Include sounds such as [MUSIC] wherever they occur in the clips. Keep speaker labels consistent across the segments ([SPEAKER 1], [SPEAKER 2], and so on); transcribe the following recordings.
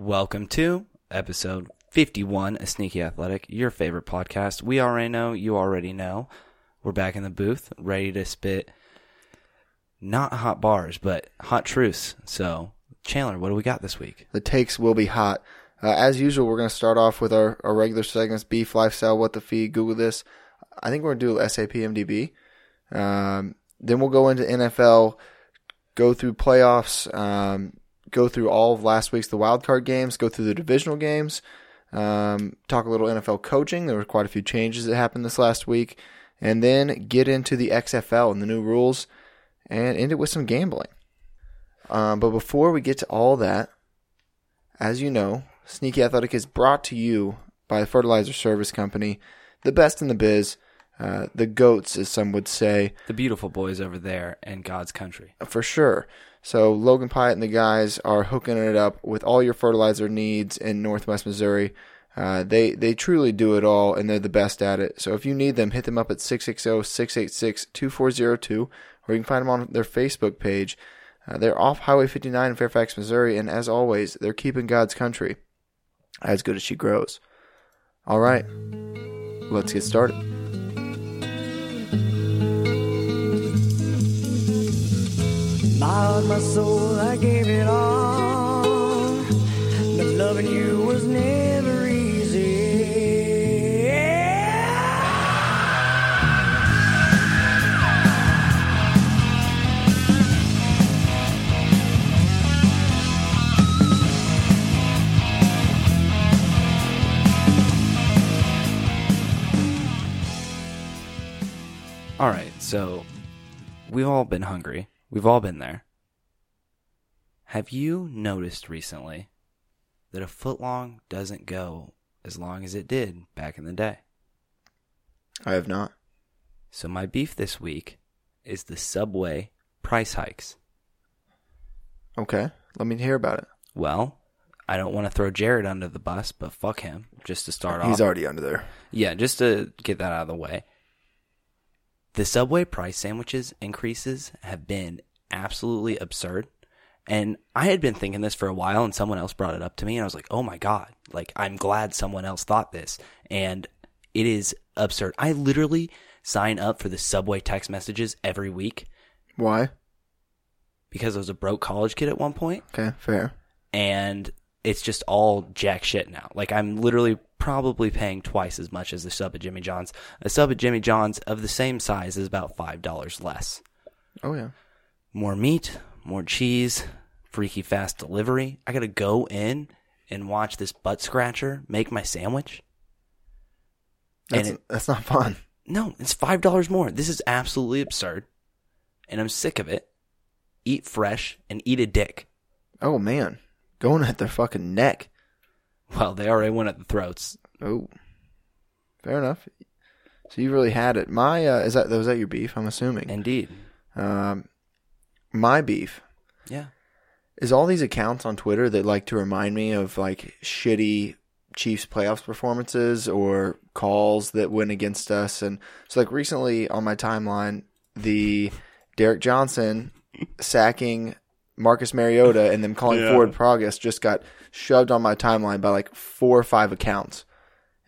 [SPEAKER 1] Welcome to episode 51 A Sneaky Athletic, your favorite podcast. We already know, you already know. We're back in the booth, ready to spit not hot bars, but hot truths. So, Chandler, what do we got this week?
[SPEAKER 2] The takes will be hot. Uh, as usual, we're going to start off with our, our regular segments beef, lifestyle, what the fee, Google this. I think we're going to do SAP MDB. Um, then we'll go into NFL, go through playoffs, um, go through all of last week's the wild card games, go through the divisional games, um, talk a little NFL coaching. There were quite a few changes that happened this last week, and then get into the XFL and the new rules, and end it with some gambling. Um, but before we get to all that, as you know, Sneaky Athletic is brought to you by the Fertilizer Service Company, the best in the biz, uh, the goats, as some would say
[SPEAKER 1] The beautiful boys over there in God's country.
[SPEAKER 2] for sure. So Logan Pyatt and the guys are hooking it up with all your fertilizer needs in Northwest Missouri. Uh, they they truly do it all, and they're the best at it. So if you need them, hit them up at 660-686-2402, or you can find them on their Facebook page. Uh, they're off Highway 59 in Fairfax, Missouri, and as always, they're keeping God's country as good as she grows. All right, let's get started.
[SPEAKER 3] Bowed my soul, I gave it all. But loving you was never easy.
[SPEAKER 1] All right, so we've all been hungry. We've all been there. Have you noticed recently that a footlong doesn't go as long as it did back in the day?
[SPEAKER 2] I have not.
[SPEAKER 1] So my beef this week is the subway price hikes.
[SPEAKER 2] Okay, let me hear about it.
[SPEAKER 1] Well, I don't want to throw Jared under the bus, but fuck him. Just to start off,
[SPEAKER 2] He's already under there.
[SPEAKER 1] Yeah, just to get that out of the way. The Subway price sandwiches increases have been absolutely absurd. And I had been thinking this for a while and someone else brought it up to me and I was like, "Oh my god, like I'm glad someone else thought this." And it is absurd. I literally sign up for the Subway text messages every week
[SPEAKER 2] Why?
[SPEAKER 1] because I was a broke college kid at one point
[SPEAKER 2] Okay, fair.
[SPEAKER 1] and it's just all jack shit now. Like I'm literally probably paying twice as much as the sub at Jimmy John's. A sub at Jimmy John's of the same size is about five dollars less.
[SPEAKER 2] Oh yeah.
[SPEAKER 1] More meat, more cheese, freaky fast delivery. I gotta go in and watch this butt scratcher make my sandwich.
[SPEAKER 2] That's,
[SPEAKER 1] and it,
[SPEAKER 2] that's not fun.
[SPEAKER 1] no, it's five dollars more. This is absolutely absurd, and I'm sick of it. Eat fresh and eat a dick.
[SPEAKER 2] Oh man, going at their fucking neck.
[SPEAKER 1] Well, they already went at the throats.
[SPEAKER 2] Oh, fair enough. So you really had it. My uh, is that was that your beef? I'm assuming.
[SPEAKER 1] Indeed.
[SPEAKER 2] Um, my beef
[SPEAKER 1] Yeah.
[SPEAKER 2] is all these accounts on Twitter that like to remind me of like shitty Chiefs playoffs performances or calls that went against us. And so, like recently on my timeline, the Derek Johnson sacking Marcus Mariota and them calling forward progress just got shoved on my timeline by like four or five accounts.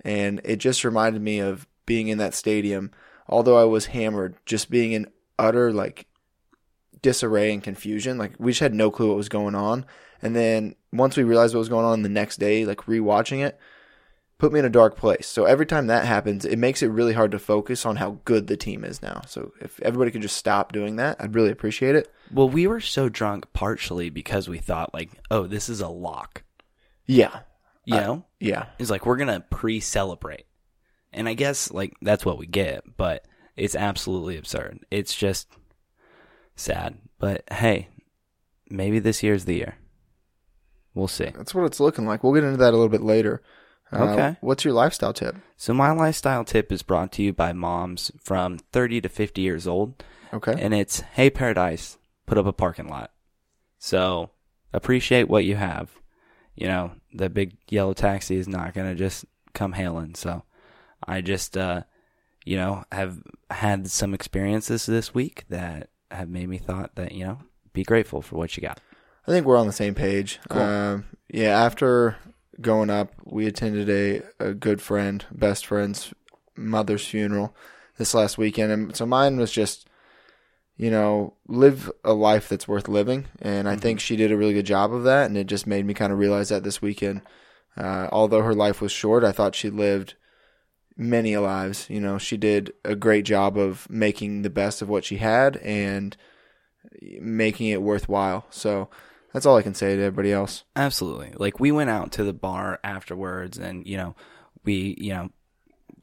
[SPEAKER 2] And it just reminded me of being in that stadium, although I was hammered, just being in utter like disarray and confusion. Like we just had no clue what was going on. And then once we realized what was going on the next day, like rewatching it, put me in a dark place. So every time that happens, it makes it really hard to focus on how good the team is now. So if everybody could just stop doing that, I'd really appreciate it.
[SPEAKER 1] Well, we were so drunk partially because we thought like, oh, this is a lock.
[SPEAKER 2] Yeah.
[SPEAKER 1] You know?
[SPEAKER 2] Yeah.
[SPEAKER 1] It's like we're gonna pre celebrate. And I guess like that's what we get, but it's absolutely absurd. It's just sad. But hey, maybe this year's the year. We'll see.
[SPEAKER 2] That's what it's looking like. We'll get into that a little bit later. Uh,
[SPEAKER 1] Okay.
[SPEAKER 2] What's your lifestyle tip?
[SPEAKER 1] So my lifestyle tip is brought to you by moms from thirty to fifty years old.
[SPEAKER 2] Okay.
[SPEAKER 1] And it's hey paradise, put up a parking lot. So appreciate what you have. You know, the big yellow taxi is not gonna just come hailing. So I just uh you know, have had some experiences this week that have made me thought that, you know, be grateful for what you got.
[SPEAKER 2] I think we're on the same page.
[SPEAKER 1] Cool.
[SPEAKER 2] Um, yeah, after going up, we attended a, a good friend, best friend's mother's funeral this last weekend. And so mine was just, you know, live a life that's worth living. And I think she did a really good job of that. And it just made me kind of realize that this weekend. Uh, although her life was short, I thought she lived many lives. You know, she did a great job of making the best of what she had and eh, making it worthwhile. So that's all I can say to everybody else.
[SPEAKER 1] Absolutely. Like we went out to the bar afterwards and, you know, we, you know,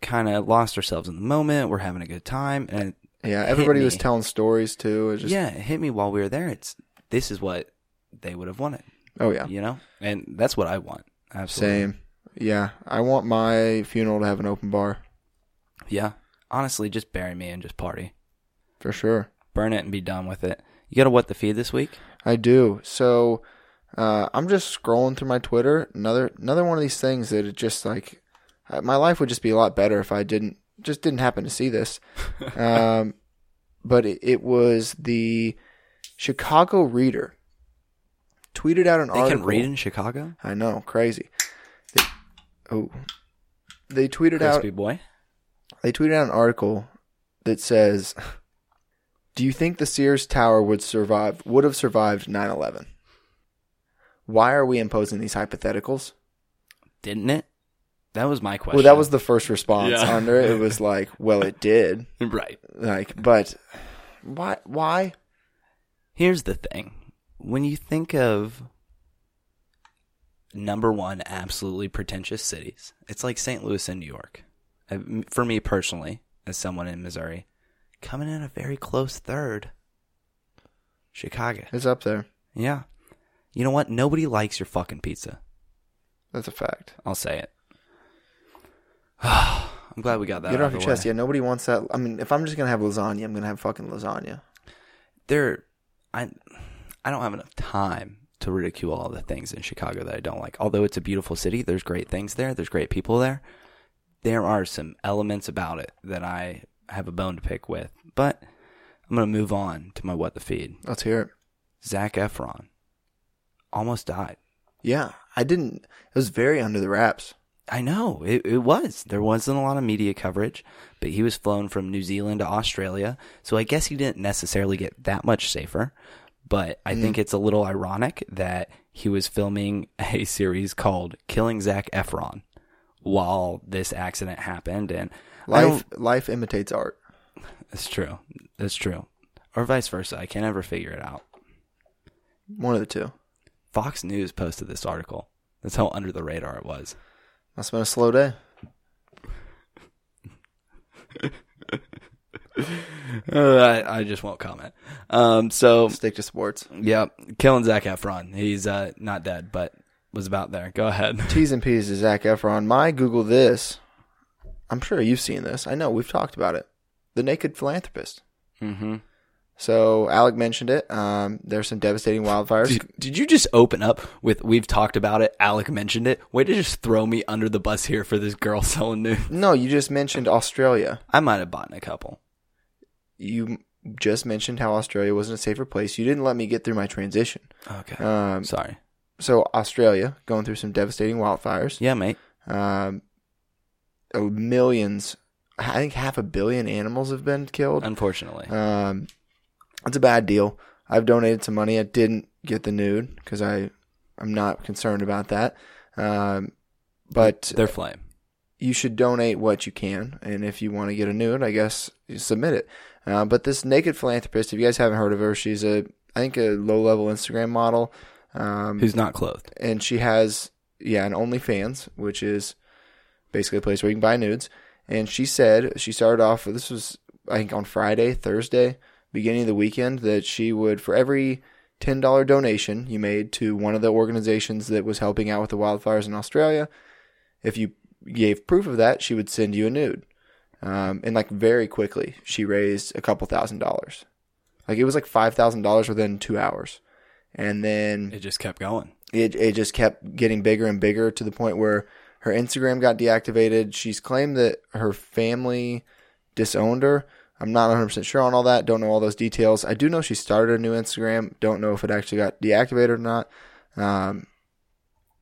[SPEAKER 1] kind of lost ourselves in the moment. We're having a good time and
[SPEAKER 2] Yeah,
[SPEAKER 1] Hit
[SPEAKER 2] everybody was
[SPEAKER 1] me.
[SPEAKER 2] telling stories too. It just,
[SPEAKER 1] yeah, it hit me while we were there. It's this is what they would have wanted,
[SPEAKER 2] Oh yeah,
[SPEAKER 1] you know? And that's what I want. Absolutely.
[SPEAKER 2] same. Yeah, I want my funeral to have an open bar
[SPEAKER 1] Yeah. Honestly, just bury me and just party.
[SPEAKER 2] for sure.
[SPEAKER 1] Burn it and be done with it. You got to what the feed this week?
[SPEAKER 2] I do. So uh, I'm just scrolling through my Twitter. Another another one of these things that it just like uh, my life would just be a lot better if I didn't just didn't happen to see this.
[SPEAKER 1] [LAUGHS]
[SPEAKER 2] um, but it, it was the Chicago Reader tweeted out an
[SPEAKER 1] They
[SPEAKER 2] article.
[SPEAKER 1] can read in Chicago?
[SPEAKER 2] I know, crazy. They, oh, they tweeted out
[SPEAKER 1] Crispy boy.
[SPEAKER 2] they tweeted out an article that says, "Do you think the Sears Tower would survive would have survived 9/11? Why are we imposing these hypotheticals?"
[SPEAKER 1] Didn't it? That was my question.
[SPEAKER 2] Well, that was the first response
[SPEAKER 1] Yeah.
[SPEAKER 2] under it. It
[SPEAKER 1] [LAUGHS]
[SPEAKER 2] was like, "Well, it did."
[SPEAKER 1] right.
[SPEAKER 2] Like, but why why?
[SPEAKER 1] Here's the thing. When you think of number one, absolutely pretentious cities, it's like St. Louis and New York. Uh, m- For me personally, as someone in Missouri, coming in a very close third, Chicago.
[SPEAKER 2] It's up there.
[SPEAKER 1] Yeah. You know what? Nobody likes your fucking pizza.
[SPEAKER 2] That's a fact.
[SPEAKER 1] I'll say it. [SIGHS] I'm glad we got that.
[SPEAKER 2] Get it
[SPEAKER 1] out
[SPEAKER 2] off
[SPEAKER 1] of
[SPEAKER 2] your
[SPEAKER 1] the
[SPEAKER 2] chest.
[SPEAKER 1] way.
[SPEAKER 2] Yeah, nobody wants that. I mean, if I'm just going to have lasagna, I'm going to have fucking lasagna.
[SPEAKER 1] There, I, I don't have enough time to ridicule all the things in Chicago that I don't like. Although it's a beautiful city, there's great things there. There's great people there. There are some elements about it that I have a bone to pick with. But I'm gonna move on to my what the feed.
[SPEAKER 2] Let's hear it.
[SPEAKER 1] Zach Efron almost died.
[SPEAKER 2] Yeah, I didn't it was very under the wraps.
[SPEAKER 1] I know it, it was. There wasn't a lot of media coverage, but he was flown from New Zealand to Australia, so I guess he didn't necessarily get that much safer. But I think it's a little ironic that he was filming [LAUGHS] a series called "Killing Zach Efron" while this accident happened, and I don't-
[SPEAKER 2] Life life imitates art.
[SPEAKER 1] It's true. It's true, or vice versa. I can't ever figure it out.
[SPEAKER 2] One of the two.
[SPEAKER 1] Fox News posted this article. That's how under the radar it was. [LAUGHS]
[SPEAKER 2] Must have been a slow day.
[SPEAKER 1] Uh, I, I just won't comment. Um, so
[SPEAKER 2] Stick to sports.
[SPEAKER 1] Yep, killing Zach Efron. He's uh, not dead, but was about there. Go ahead.
[SPEAKER 2] T's and P's to Zach Efron. My Google this. I'm sure you've seen this. I know we've talked about it. The Naked Philanthropist.
[SPEAKER 1] Mm-hmm.
[SPEAKER 2] So Alec mentioned it. Um, there's some devastating wildfires.
[SPEAKER 1] Did, did you just open up with "We've talked about it"? Alec mentioned it. Way to just throw me under the bus here for this girl [LAUGHS] selling news.
[SPEAKER 2] no, you just mentioned Australia.
[SPEAKER 1] I might have bought a couple.
[SPEAKER 2] You just mentioned how Australia wasn't a safer place. You didn't let me get through my transition.
[SPEAKER 1] Okay,
[SPEAKER 2] Um,
[SPEAKER 1] sorry.
[SPEAKER 2] so Australia going through some devastating wildfires.
[SPEAKER 1] Yeah, mate.
[SPEAKER 2] Um, oh, millions, I think half a billion animals have been killed.
[SPEAKER 1] Unfortunately,
[SPEAKER 2] Um, it's a bad deal. I've donated some money. I didn't get the nude because I I'm not concerned about that. Um, but
[SPEAKER 1] they're flame.
[SPEAKER 2] you should donate what you can, and if you want to get a nude, I guess you submit it. Uh, but this naked philanthropist, if you guys haven't heard of her, she's a I think a low level Instagram model. Um,
[SPEAKER 1] Who's not clothed?
[SPEAKER 2] and she has yeah an OnlyFans, which is basically a place where you can buy nudes. And she said she started off. This was I think on Friday, Thursday, beginning of the weekend, that she would for every ten dollar donation you made to one of the organizations that was helping out with the wildfires in Australia, if you gave proof of that, she would send you a nude. Um, and like very quickly, she raised a couple thousand dollars. Like it was like five thousand dollars within two hours, and then
[SPEAKER 1] It just kept going.
[SPEAKER 2] it it just kept getting bigger and bigger to the point where her Instagram got deactivated. She's claimed that her family disowned her, I'm not 100% sure on all that. Don't know all those details. I do know she started a new Instagram. Don't know if it actually got deactivated or not. Um,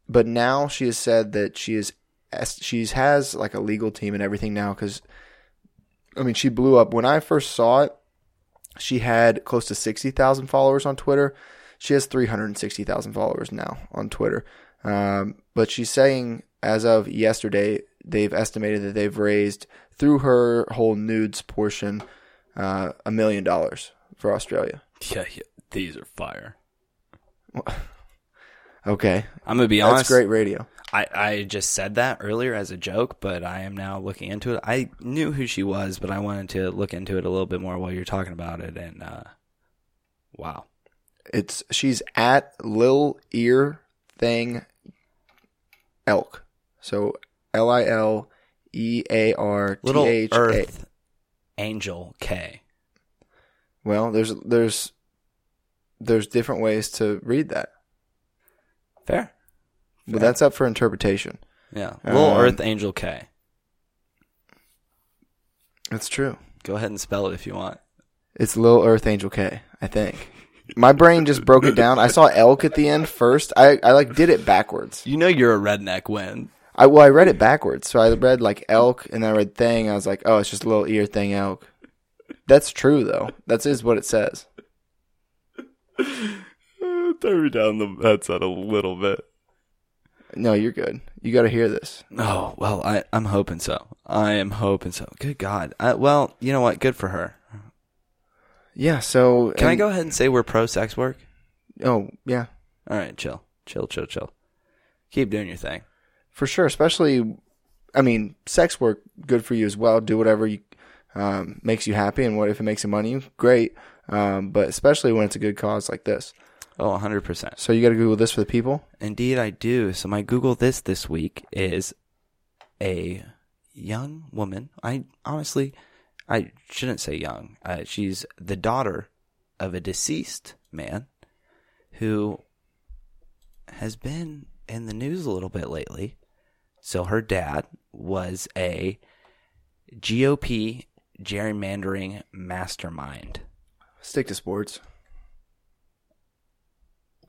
[SPEAKER 2] but now she has said that she is she's has like a legal team and everything now because I mean she blew up when I first saw it. She had close to sixty thousand followers on Twitter. She has three hundred sixty thousand followers now on Twitter. Um, but she's saying as of yesterday, they've estimated that they've raised through her whole nudes portion uh, a million dollars for Australia.
[SPEAKER 1] Yeah, yeah, these are fire.
[SPEAKER 2] Okay,
[SPEAKER 1] I'm gonna be
[SPEAKER 2] that's
[SPEAKER 1] honest.
[SPEAKER 2] great radio.
[SPEAKER 1] I, I just said that earlier as a joke, but I am now looking into it. I knew who she was, but I wanted to look into it a little bit more while you're talking about it. And uh, wow,
[SPEAKER 2] It's she's at Lil Ear Thing Elk. So L I L E A R T
[SPEAKER 1] little
[SPEAKER 2] H A.
[SPEAKER 1] Earth Angel K.
[SPEAKER 2] Well, there's there's there's different ways to read that,
[SPEAKER 1] Fair,
[SPEAKER 2] but that's up for interpretation.
[SPEAKER 1] yeah. Little
[SPEAKER 2] Um,
[SPEAKER 1] Earth Angel K.
[SPEAKER 2] That's true.
[SPEAKER 1] Go ahead and spell it if you want.
[SPEAKER 2] It's Lil Earth Angel K, I think. My brain just broke it down. I saw elk at the end first. I, I like did it backwards.
[SPEAKER 1] You know you're a redneck when
[SPEAKER 2] I well I read it backwards. So I read like elk and then I read thing. I was like, oh, it's just Lil Ear Thing Elk. That's true though. That is what it says.
[SPEAKER 1] Uh, throw me down the headset a little bit.
[SPEAKER 2] No, you're good. You got to hear this.
[SPEAKER 1] Oh well, I I'm hoping so. I am hoping so. Good God. I, well, you know what? Good for her.
[SPEAKER 2] Yeah. So
[SPEAKER 1] Can I
[SPEAKER 2] and-
[SPEAKER 1] go ahead and say we're pro sex work?
[SPEAKER 2] Oh yeah,
[SPEAKER 1] All right, chill, chill, chill, chill. Keep doing your thing.
[SPEAKER 2] for sure. Especially, I mean, sex work good for you as well. Do whatever you um, makes you happy, and what if it makes you money? Great. Um, but especially when it's a good cause like this.
[SPEAKER 1] Oh, 100%.
[SPEAKER 2] So you got to Google this for the people.
[SPEAKER 1] Indeed, I do. So my Google this this week is a young woman. I honestly, I shouldn't say young. Uh, she's the daughter of a deceased man who has been in the news a little bit lately. So her dad was a GOP gerrymandering mastermind.
[SPEAKER 2] Stick to sports.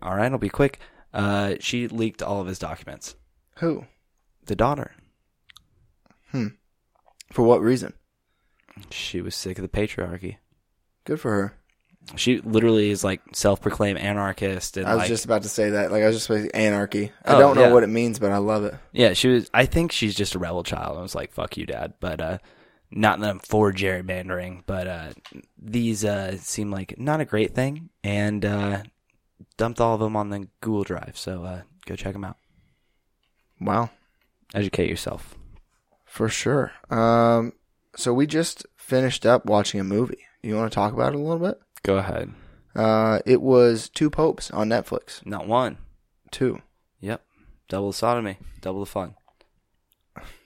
[SPEAKER 1] All right, I'll be quick. Uh, she leaked all of his documents.
[SPEAKER 2] Who?
[SPEAKER 1] The daughter.
[SPEAKER 2] For what reason?
[SPEAKER 1] She was sick of the patriarchy.
[SPEAKER 2] Good for her.
[SPEAKER 1] She literally is like self-proclaimed anarchist, and
[SPEAKER 2] I was
[SPEAKER 1] like,
[SPEAKER 2] just about to say that. Like I was just about to say anarchy.
[SPEAKER 1] Oh,
[SPEAKER 2] I don't know
[SPEAKER 1] yeah.
[SPEAKER 2] what it means, but I love it.
[SPEAKER 1] yeah, she was. I think she's just a rebel child. I was like, "Fuck you, dad," but uh, not that I'm for gerrymandering, but uh, these uh seem like not a great thing, and uh, dumped all of them on the Google Drive. So uh, go check them out.
[SPEAKER 2] Wow.
[SPEAKER 1] Educate yourself.
[SPEAKER 2] For sure. Um, so we just finished up watching a movie. You want to talk about it a little bit?
[SPEAKER 1] Go ahead.
[SPEAKER 2] Uh, it was Two Popes on Netflix.
[SPEAKER 1] Not one.
[SPEAKER 2] Two.
[SPEAKER 1] Yep. Double the sodomy. Double the fun.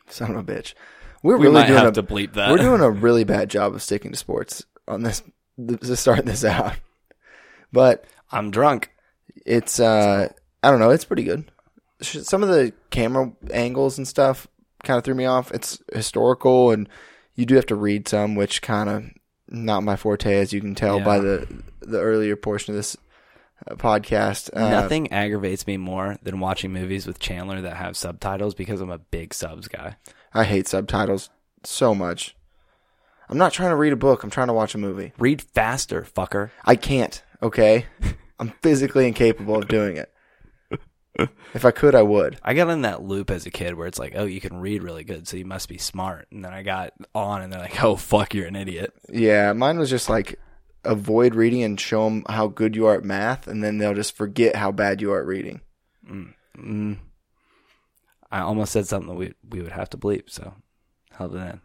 [SPEAKER 2] Son of a bitch. We're
[SPEAKER 1] We
[SPEAKER 2] really
[SPEAKER 1] might
[SPEAKER 2] doing
[SPEAKER 1] have
[SPEAKER 2] a,
[SPEAKER 1] to bleep that.
[SPEAKER 2] We're doing a really bad job of sticking to sports on this th- to start this out. But
[SPEAKER 1] I'm drunk.
[SPEAKER 2] it's uh, I don't know. It's pretty good. Sh- Some of the camera angles and stuff kind of threw me off. It's historical, and you do have to read some, which kind of not my forte, as you can tell by
[SPEAKER 1] Yeah.
[SPEAKER 2] the the earlier portion of this uh, podcast. Uh,
[SPEAKER 1] Nothing aggravates me more than watching movies with Chandler that have subtitles because I'm a big subs guy.
[SPEAKER 2] I hate subtitles so much. I'm not trying to read a book. I'm trying to watch a movie.
[SPEAKER 1] Read faster, fucker.
[SPEAKER 2] I can't, okay? I'm physically incapable of doing it. If I could, I would.
[SPEAKER 1] I got in that loop as a kid where it's like, oh, you can read really good, so you must be smart. And then I got on and they're like, [LAUGHS] oh, fuck, you're an idiot.
[SPEAKER 2] Yeah, mine was just like avoid reading and show them how good you are at math, and then they'll just forget how bad you are at reading.
[SPEAKER 1] Mm. I almost said something that we, we would have to bleep, so held it in.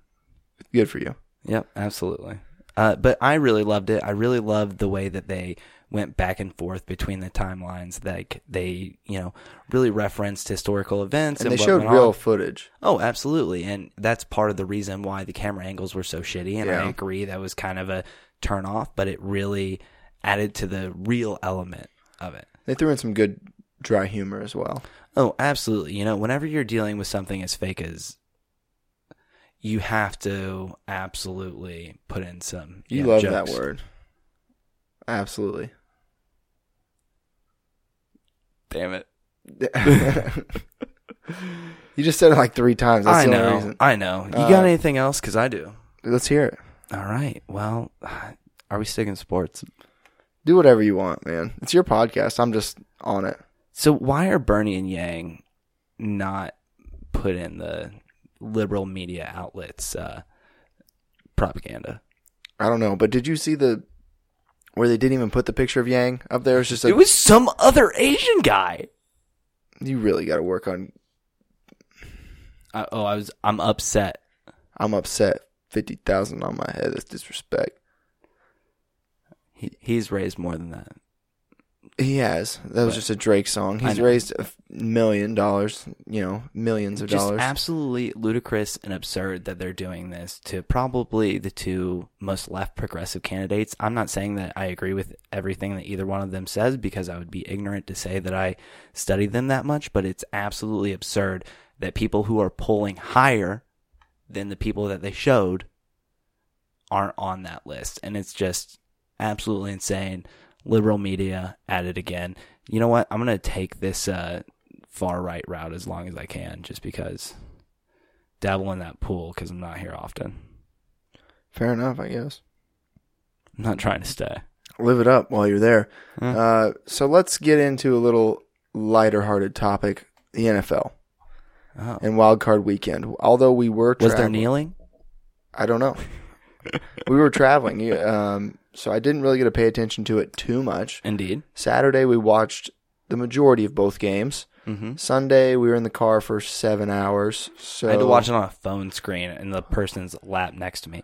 [SPEAKER 2] Good for you.
[SPEAKER 1] Yep, absolutely. Uh, but I really loved it. I really loved the way that they went back and forth between the timelines. Like they, you know, really referenced historical events,
[SPEAKER 2] And
[SPEAKER 1] and,
[SPEAKER 2] they
[SPEAKER 1] what
[SPEAKER 2] showed
[SPEAKER 1] went on.
[SPEAKER 2] real footage.
[SPEAKER 1] Oh, absolutely. And that's part of the reason why the camera angles were so shitty. And I
[SPEAKER 2] Yeah.
[SPEAKER 1] agree that was kind of a turn off, but it really added to the real element of it.
[SPEAKER 2] They threw in some good dry humor as well.
[SPEAKER 1] Oh, absolutely. You know, whenever you're dealing with something as fake as you have to absolutely put in some.
[SPEAKER 2] You
[SPEAKER 1] know,
[SPEAKER 2] love that
[SPEAKER 1] jokes.
[SPEAKER 2] word. Absolutely. [LAUGHS]
[SPEAKER 1] Damn it.
[SPEAKER 2] you just said it like three times.
[SPEAKER 1] I
[SPEAKER 2] That's the only
[SPEAKER 1] know.
[SPEAKER 2] reason.
[SPEAKER 1] I know. You
[SPEAKER 2] Uh,
[SPEAKER 1] got anything else? Because I do.
[SPEAKER 2] Let's hear it.
[SPEAKER 1] All right. Well, [SIGHS] are we sticking sports?
[SPEAKER 2] Do whatever you want, man. It's your podcast. I'm just on it.
[SPEAKER 1] So why are Bernie and Yang not put in the liberal media outlets uh, propaganda?
[SPEAKER 2] I don't know, but did you see the where they didn't even put the picture of Yang up there? It's just like
[SPEAKER 1] it was some other Asian guy.
[SPEAKER 2] you really got to work on.
[SPEAKER 1] I, oh, I was. I'm upset.
[SPEAKER 2] I'm upset. Fifty thousand on my head. That's disrespect.
[SPEAKER 1] He, he's raised more than that.
[SPEAKER 2] He has. That was
[SPEAKER 1] But-
[SPEAKER 2] just a Drake song.
[SPEAKER 1] I
[SPEAKER 2] He's
[SPEAKER 1] know.
[SPEAKER 2] raised a f- million dollars. You know, millions of
[SPEAKER 1] Just
[SPEAKER 2] dollars.
[SPEAKER 1] absolutely ludicrous and absurd that they're doing this to probably the two most left progressive candidates. I'm not saying that I agree with everything that either one of them says because I would be ignorant to say that I study them that much, but it's absolutely absurd that people who are polling higher than the people that they showed aren't on that list. And it's just absolutely insane. Liberal media at it again. You know what? I'm going to take this uh, far right route as long as I can just because dabble in that pool because I'm not here often.
[SPEAKER 2] Fair enough, I guess.
[SPEAKER 1] I'm not trying to stay.
[SPEAKER 2] Live it up while you're there.
[SPEAKER 1] Yeah.
[SPEAKER 2] Uh, so let's get into a little lighter-hearted topic: the NFL
[SPEAKER 1] Oh.
[SPEAKER 2] and Wild Card Weekend. Although we were
[SPEAKER 1] Was there
[SPEAKER 2] traveling-
[SPEAKER 1] kneeling?
[SPEAKER 2] I don't know. we were traveling, you- um, so I didn't really get to pay attention to it too much.
[SPEAKER 1] Indeed.
[SPEAKER 2] Saturday we watched the majority of both games.
[SPEAKER 1] Mm-hmm.
[SPEAKER 2] Sunday we were in the car for seven hours. So
[SPEAKER 1] I had to watch it on a phone screen in the person's lap next to me.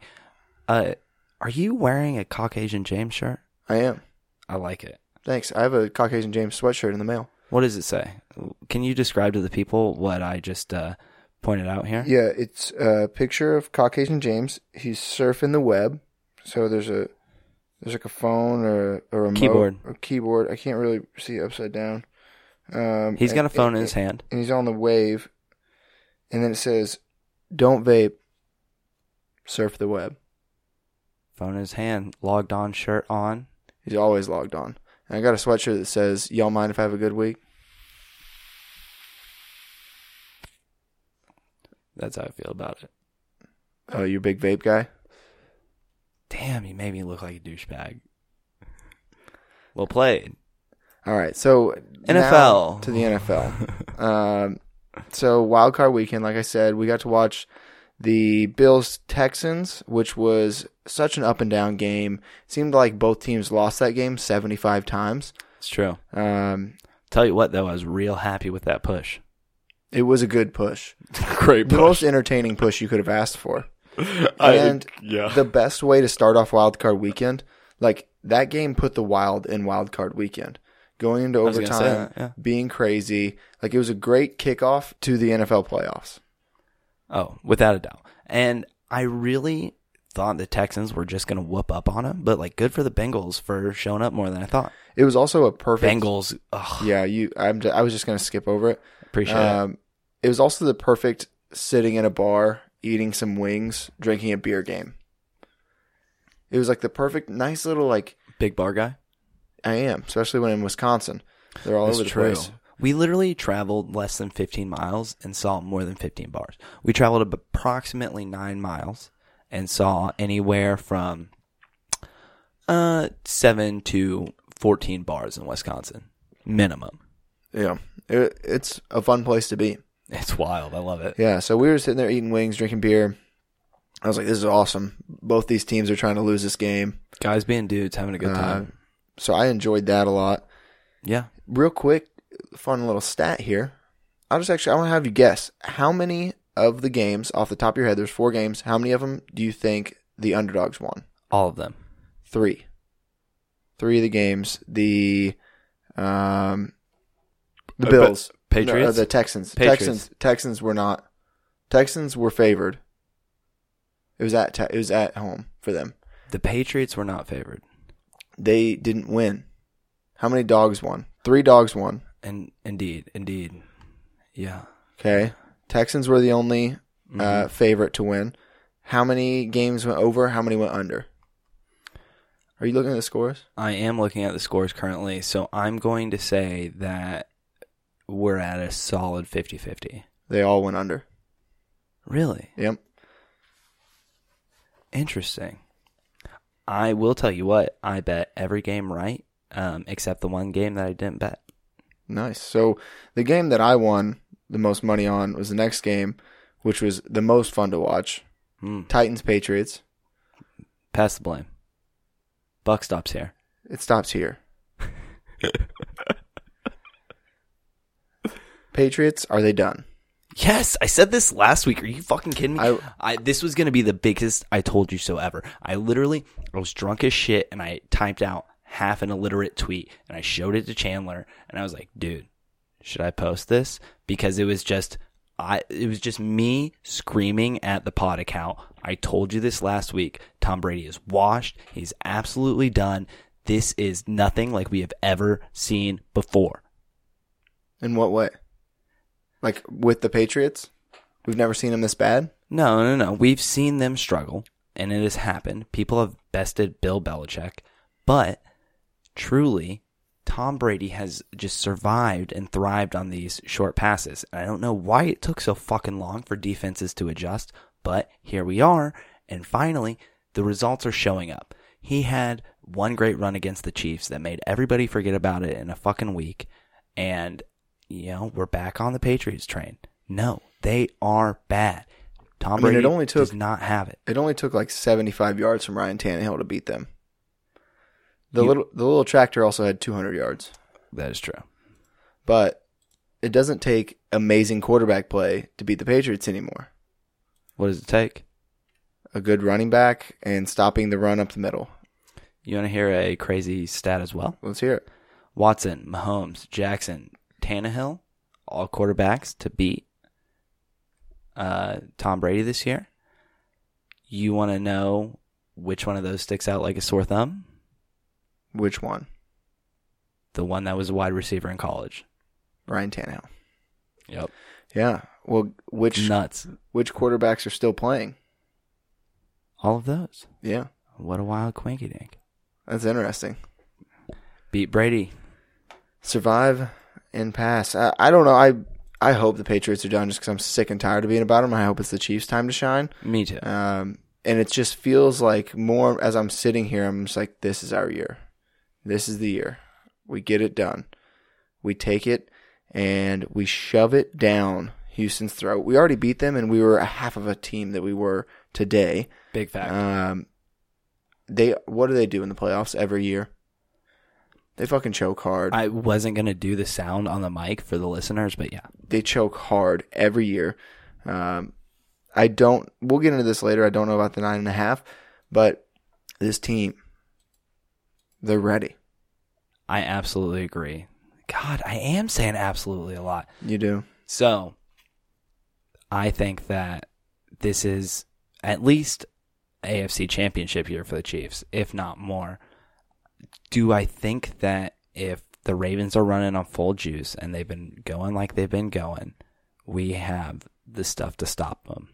[SPEAKER 1] Uh, are you wearing a Caucasian James shirt?
[SPEAKER 2] I am.
[SPEAKER 1] I like it.
[SPEAKER 2] Thanks. I have a Caucasian James sweatshirt in the mail.
[SPEAKER 1] What does it say? Can you describe to the people what I just uh, pointed out here?
[SPEAKER 2] Yeah, it's a picture of Caucasian James. He's surfing the web. So there's a there's like a phone or a remote
[SPEAKER 1] Keyboard.
[SPEAKER 2] or keyboard. I can't really see it upside down. Um,
[SPEAKER 1] He's
[SPEAKER 2] [LAUGHS]
[SPEAKER 1] got a
[SPEAKER 2] and-
[SPEAKER 1] phone in
[SPEAKER 2] and-
[SPEAKER 1] his hand.
[SPEAKER 2] and he's on the wave, and then it says, "Don't vape, surf the web."
[SPEAKER 1] Phone in his hand. Logged on shirt on.
[SPEAKER 2] He's always logged on. And I got a sweatshirt that says, "Y'all mind if I have a good week?"
[SPEAKER 1] That's how I feel about it.
[SPEAKER 2] Oh, you big vape guy.
[SPEAKER 1] Damn, you made me look like a douchebag. Well played.
[SPEAKER 2] All right, so now
[SPEAKER 1] NFL.
[SPEAKER 2] to
[SPEAKER 1] [LAUGHS]
[SPEAKER 2] the NFL. um, so wild card weekend, like I said, we got to watch the Bills Texans, which was such an up and down game. seemed like both teams lost that game seventy five times.
[SPEAKER 1] It's true.
[SPEAKER 2] Um,
[SPEAKER 1] Tell you what, though, I was real happy with that [LAUGHS] push.
[SPEAKER 2] it was a good push,
[SPEAKER 1] Great
[SPEAKER 2] the most entertaining push you could have asked for.
[SPEAKER 1] [LAUGHS]
[SPEAKER 2] and
[SPEAKER 1] yeah.
[SPEAKER 2] the best way to start off wild card weekend, like that game put the wild in wild card weekend. Going into
[SPEAKER 1] was gonna say
[SPEAKER 2] overtime,
[SPEAKER 1] that, yeah.
[SPEAKER 2] being crazy, like it was a great kickoff to the NFL playoffs.
[SPEAKER 1] Oh, without a doubt. And I really thought the Texans were just going to whoop up on him, but like, good for the Bengals for showing up more than I thought.
[SPEAKER 2] It was also a perfect.
[SPEAKER 1] Bengals, ugh,
[SPEAKER 2] Yeah, you. I'm. ju- I was just gonna skip over it.
[SPEAKER 1] appreciate it.
[SPEAKER 2] Um, it was also the perfect sitting in a bar, eating some wings, drinking a beer game. It was like the perfect, nice little like
[SPEAKER 1] Big bar guy.
[SPEAKER 2] I am, especially when in Wisconsin, they're all
[SPEAKER 1] That's
[SPEAKER 2] over the
[SPEAKER 1] true.
[SPEAKER 2] place.
[SPEAKER 1] We literally traveled less than 15 miles and saw more than 15 bars. We traveled ab- approximately nine miles and saw anywhere from uh, seven to 14 bars in Wisconsin, minimum.
[SPEAKER 2] Yeah, it, it's a fun place to be.
[SPEAKER 1] It's wild. I love it.
[SPEAKER 2] Yeah, so we were sitting there eating wings, drinking beer. I was like, "This is awesome." Both these teams are trying to lose this game,
[SPEAKER 1] Guys being dudes, having a good
[SPEAKER 2] Uh,
[SPEAKER 1] time.
[SPEAKER 2] so I enjoyed that a lot.
[SPEAKER 1] Yeah.
[SPEAKER 2] Real quick, fun little stat here. I'll just actually, I want to have you guess how many of the games off the top of your head. There's four games. How many of them do you think the underdogs won?
[SPEAKER 1] All of them.
[SPEAKER 2] Three. Three of the games. The um, the
[SPEAKER 1] Uh, but-
[SPEAKER 2] Bills, No, uh,
[SPEAKER 1] Patriots?
[SPEAKER 2] the Texans.
[SPEAKER 1] Patriots.
[SPEAKER 2] Texans. Texans were not. Texans were favored. It was at te- it was at home for them.
[SPEAKER 1] The Patriots were not favored.
[SPEAKER 2] They didn't win. How many dogs won? Three dogs won.
[SPEAKER 1] And indeed, indeed. Yeah. Mm-hmm.
[SPEAKER 2] Okay. Texans were the only uh, favorite to win. How many games went over? How many went under? Are you looking at the scores?
[SPEAKER 1] I am looking at the scores currently, so I'm going to say that we're at a solid 50 50.
[SPEAKER 2] They all went under.
[SPEAKER 1] Really?
[SPEAKER 2] Yep.
[SPEAKER 1] Interesting. I will tell you what, I bet every game right, um, except the one game that I didn't bet.
[SPEAKER 2] Nice. So the game that I won the most money on was the next game, which was the most fun to watch.
[SPEAKER 1] Hmm.
[SPEAKER 2] Titans Patriots.
[SPEAKER 1] Pass the blame. Buck stops here.
[SPEAKER 2] It stops here. Patriots, are they done?
[SPEAKER 1] Yes, I said this last week. Are you fucking kidding me?
[SPEAKER 2] I-
[SPEAKER 1] I, this was gonna be the biggest I told you so ever. I literally I was drunk as shit and I typed out half an illiterate tweet and I showed it to Chandler and I was like, dude, should I post this? Because it was just I it was just me screaming at the pod account. I told you this last week. Tom Brady is washed. He's absolutely done. This is nothing like we have ever seen before.
[SPEAKER 2] In what way? Like with the Patriots? We've never seen them this bad.
[SPEAKER 1] No, no, no. We've seen them struggle, and it has happened. People have bested Bill Belichick, but truly, Tom Brady has just survived and thrived on these short passes. And I don't know why it took so fucking long for defenses to adjust, but here we are. And finally, the results are showing up. He had one great run against the Chiefs that made everybody forget about it in a fucking week. And, you know, we're back on the Patriots train. No, they are bad. Tom
[SPEAKER 2] I mean, it
[SPEAKER 1] Brady
[SPEAKER 2] only took-
[SPEAKER 1] does not have it.
[SPEAKER 2] It only took like 75 yards from Ryan Tannehill to beat them. The
[SPEAKER 1] You-
[SPEAKER 2] little the little tractor also had 200 yards.
[SPEAKER 1] That is true.
[SPEAKER 2] But it doesn't take amazing quarterback play to beat the Patriots anymore.
[SPEAKER 1] What does it take?
[SPEAKER 2] A good running back and stopping the run up the middle.
[SPEAKER 1] You want to hear a crazy stat as well?
[SPEAKER 2] Let's hear it.
[SPEAKER 1] Watson, Mahomes, Jackson, Tannehill, all quarterbacks to beat uh, Tom Brady this year. You want to know which one of those sticks out like a sore thumb?
[SPEAKER 2] Which one?
[SPEAKER 1] The one that was a wide receiver in college.
[SPEAKER 2] Ryan Tannehill.
[SPEAKER 1] Yep.
[SPEAKER 2] Yeah. Well, which
[SPEAKER 1] Nuts.
[SPEAKER 2] which quarterbacks are still playing?
[SPEAKER 1] All of those.
[SPEAKER 2] Yeah.
[SPEAKER 1] What a wild quinky dink.
[SPEAKER 2] That's interesting.
[SPEAKER 1] Beat Brady.
[SPEAKER 2] Survive and pass. I, I don't know. I I hope the Patriots are done just because I'm sick and tired of being about them. I hope it's the Chiefs' time to shine.
[SPEAKER 1] Me too.
[SPEAKER 2] Um, and it just feels like more as I'm sitting here, I'm just like, this is our year. This is the year. We get it done. We take it and we shove it down Houston's throat. We already beat them, and we were a half of a team that we were today.
[SPEAKER 1] Big fact.
[SPEAKER 2] Um, they what do they do in the playoffs every year? They fucking choke hard.
[SPEAKER 1] I wasn't going to do the sound on the mic for the listeners, but yeah.
[SPEAKER 2] they choke hard every year. Um, I don't. We'll get into this later. I don't know about the nine and a half, but this team, they're ready.
[SPEAKER 1] I absolutely agree. God, I am saying absolutely a lot.
[SPEAKER 2] You do.
[SPEAKER 1] So I think that this is at least AFC championship year for the Chiefs, if not more. Do I think that if the Ravens are running on full juice and they've been going like they've been going, we have the stuff to stop them?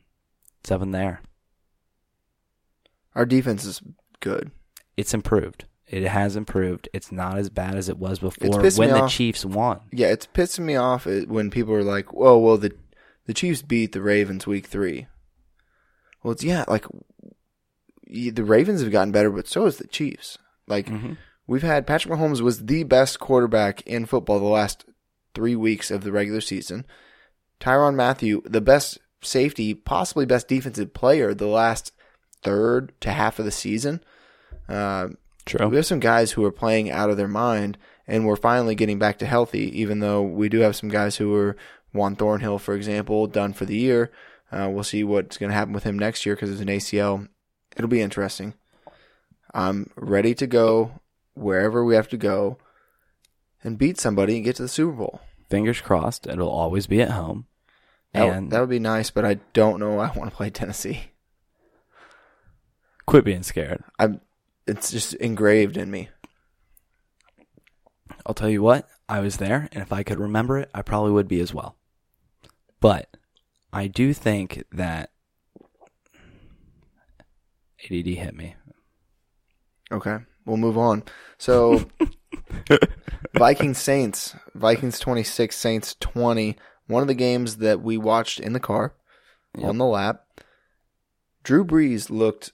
[SPEAKER 1] It's up in there.
[SPEAKER 2] Our defense is good.
[SPEAKER 1] It's improved. It has improved. It's not as bad as it was before
[SPEAKER 2] pissed
[SPEAKER 1] when
[SPEAKER 2] me
[SPEAKER 1] the
[SPEAKER 2] off.
[SPEAKER 1] Chiefs won.
[SPEAKER 2] Yeah, it's pissing me off i- when people are like, "Whoa, well the the Chiefs beat the Ravens week three. Well, it's yeah, like y- the Ravens have gotten better, but so has the Chiefs. Like
[SPEAKER 1] Mm-hmm.
[SPEAKER 2] we've had Patrick Mahomes was the best quarterback in football the last three weeks of the regular season. Tyron Matthew, the best safety, possibly best defensive player the last third to half of the season. Um, we
[SPEAKER 1] True.
[SPEAKER 2] have some guys who are playing out of their mind, and we're finally getting back to healthy. Even though we do have some guys who are Juan Thornhill, for example, done for the year. Uh, we'll see what's going to happen with him next year because it's an ACL. It'll be interesting. I'm ready to go wherever we have to go and beat somebody and get to the Super Bowl.
[SPEAKER 1] Fingers crossed. It'll always be at home.
[SPEAKER 2] That,
[SPEAKER 1] And
[SPEAKER 2] that would be nice, but I don't know. I want to play Tennessee.
[SPEAKER 1] quit being scared.
[SPEAKER 2] I'm. It's just engraved in me.
[SPEAKER 1] I'll tell you what, I was there, and if I could remember it, I probably would be as well. But I do think that ADD hit me.
[SPEAKER 2] Okay, we'll move on. So, Vikings Saints, Vikings 26, Saints 20. One of the games that we watched in the car
[SPEAKER 1] Yep.
[SPEAKER 2] on the lap. Drew Brees looked,